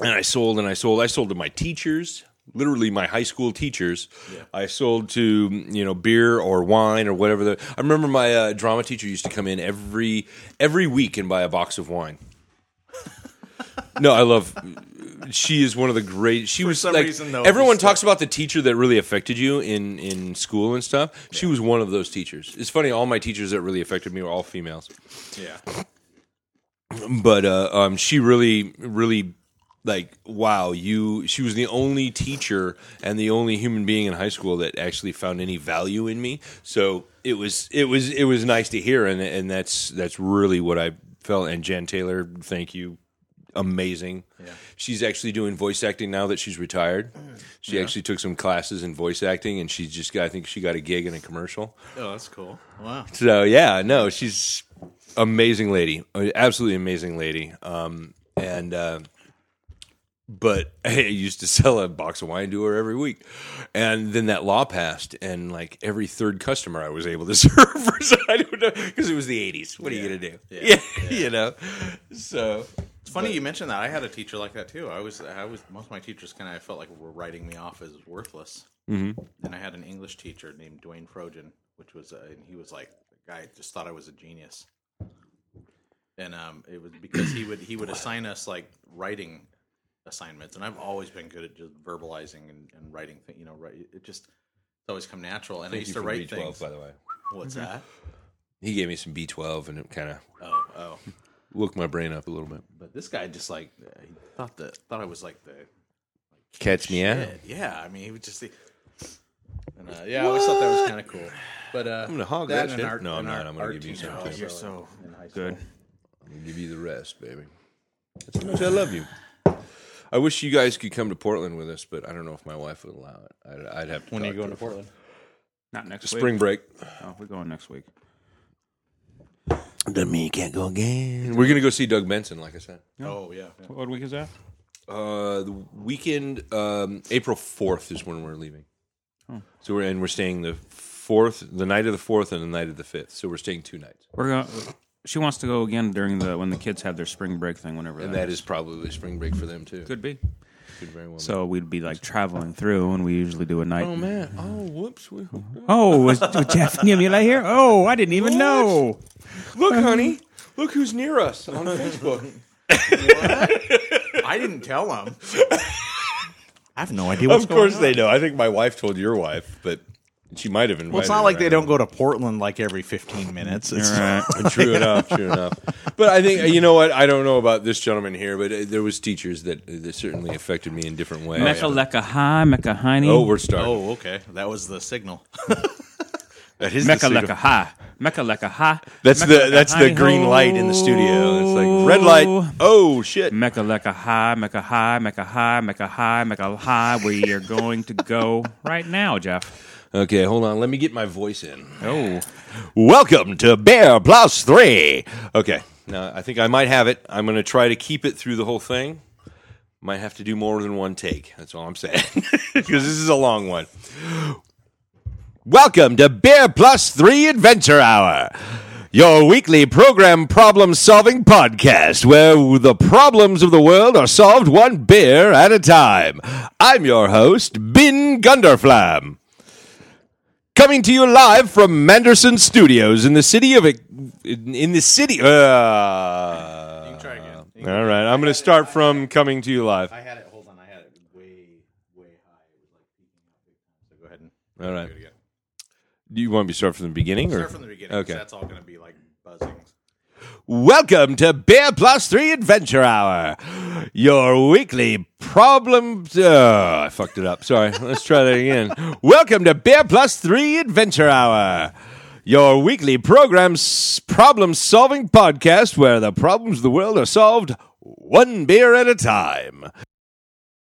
and I sold and I sold. I sold to my teachers, literally my high school teachers. I sold to you know beer or wine or whatever. The, I remember my uh, drama teacher used to come in every every week and buy a box of wine. no, I love. She is one of the great. She was some like reason, though, everyone it's talks about the teacher that really affected you in in school and stuff. She was one of those teachers. It's funny. All my teachers that really affected me were all females Yeah. but uh, um, she really, really, like, wow, you. She was the only teacher and the only human being in high school that actually found any value in me. So it was, it was, it was nice to hear, and and that's that's really what I felt. And Jan Taylor, thank you, amazing. She's actually doing voice acting now that she's retired. She actually took some classes in voice acting, and she's just got. I think she got a gig in a commercial. Oh, that's cool. Wow. So yeah, no, she's amazing lady, absolutely amazing lady. Um, and uh, but I used to sell a box of wine to her every week, and then that law passed, and like every third customer I was able to serve for, so I don't know because it was the eighties. What are you gonna do? Yeah, you know. So It's funny you mentioned that. I had a teacher like that too. I was, I was. Most of my teachers kind of felt like were writing me off as worthless. Mm-hmm. And I had an English teacher named Dwayne Frogen, which was, uh, and he was like, the guy just thought I was a genius. And um, it was because he would he would assign us like writing assignments, and I've always been good at just verbalizing and, and writing. Th- you know, right? It just it's always come natural. And I used to write things. by the way. What's that? He gave me some B twelve, and it kind of Oh, oh. woke my brain up a little bit. But this guy just like uh, he thought that thought I was like the Catch me out. Yeah, yeah, I mean, he was just the. And, uh, yeah, I always thought that was kind of cool. But uh, I'm gonna hog that shit. No, I'm not. I'm gonna give you some, too. Oh, You're so Good. Give you the rest, baby. That's how much I love you. I wish you guys could come to Portland with us, but I don't know if my wife would allow it. I'd, I'd have to. When are you talk going her. to Portland? Not next Spring week. break. Oh, we're going next week. That mean can't go again. We're gonna go see Doug Benson, like I said. Oh yeah, yeah. What week is that? Uh, the weekend, um, April fourth is when we're leaving. So we're and we're staying the fourth, the night of the fourth, and the night of the fifth. So we're staying two nights, We're going. She wants to go again during the when the kids have their spring break thing. Whenever and that is probably spring break for them too. could be. Could very well. be. So we'd be like traveling through, and we usually do a night. Oh man! Oh whoops! We, Oh, was, was Jeff and Yamila here? Oh, I didn't even know. look, honey! Look who's near us on Facebook. I didn't tell him. I have no idea what's of going course on. they know. I think my wife told your wife, but she might have invited. Well, it's not her like they out. don't go to Portland like every 15 minutes. It's true enough, true enough. But I think you know what I don't know about this gentleman here, but uh, there was teachers that that certainly affected me in different ways. Mecca Lecca High, Mecca Hiney. Oh, we're starting. Oh, okay. That was the signal. that is Mecca signal. Lecca High, Mecca Lecca High. That's Mecca the Lecca that's the Hiney green Ho. light in the studio. It's like red light. Oh shit! Mecca Lecca High, Mecca High, Mecca High, Mecca High, Mecca High. We are going to go right now, Jeff. Okay, hold on. Let me get my voice in. Oh, Welcome to Bear Plus Three. Okay, now I think I might have it. I'm going to try to keep it through the whole thing. Might have to do more than one take. That's all I'm saying because this is a long one. Welcome to Bear Plus Three Adventure Hour, your weekly program problem solving podcast where the problems of the world are solved one beer at a time. I'm your host, Bin Gunderflam coming to you live from Manderson Studios in the city of in, in the city. Uh, try Uh, again. You All right, I'm going to start from coming to you live. I had it. Hold on. I had it way, way high. It was like peaking out big time. So go ahead and All right. Do you want me to start from the beginning or start from the beginning. Okay. Okay. That's all going to be like buzzing. Welcome to Beer Plus 3 Adventure Hour, your weekly problem. Oh, I fucked it up. Sorry. Let's try that again. Welcome to Beer Plus 3 Adventure Hour, your weekly program problem solving podcast where the problems of the world are solved one beer at a time.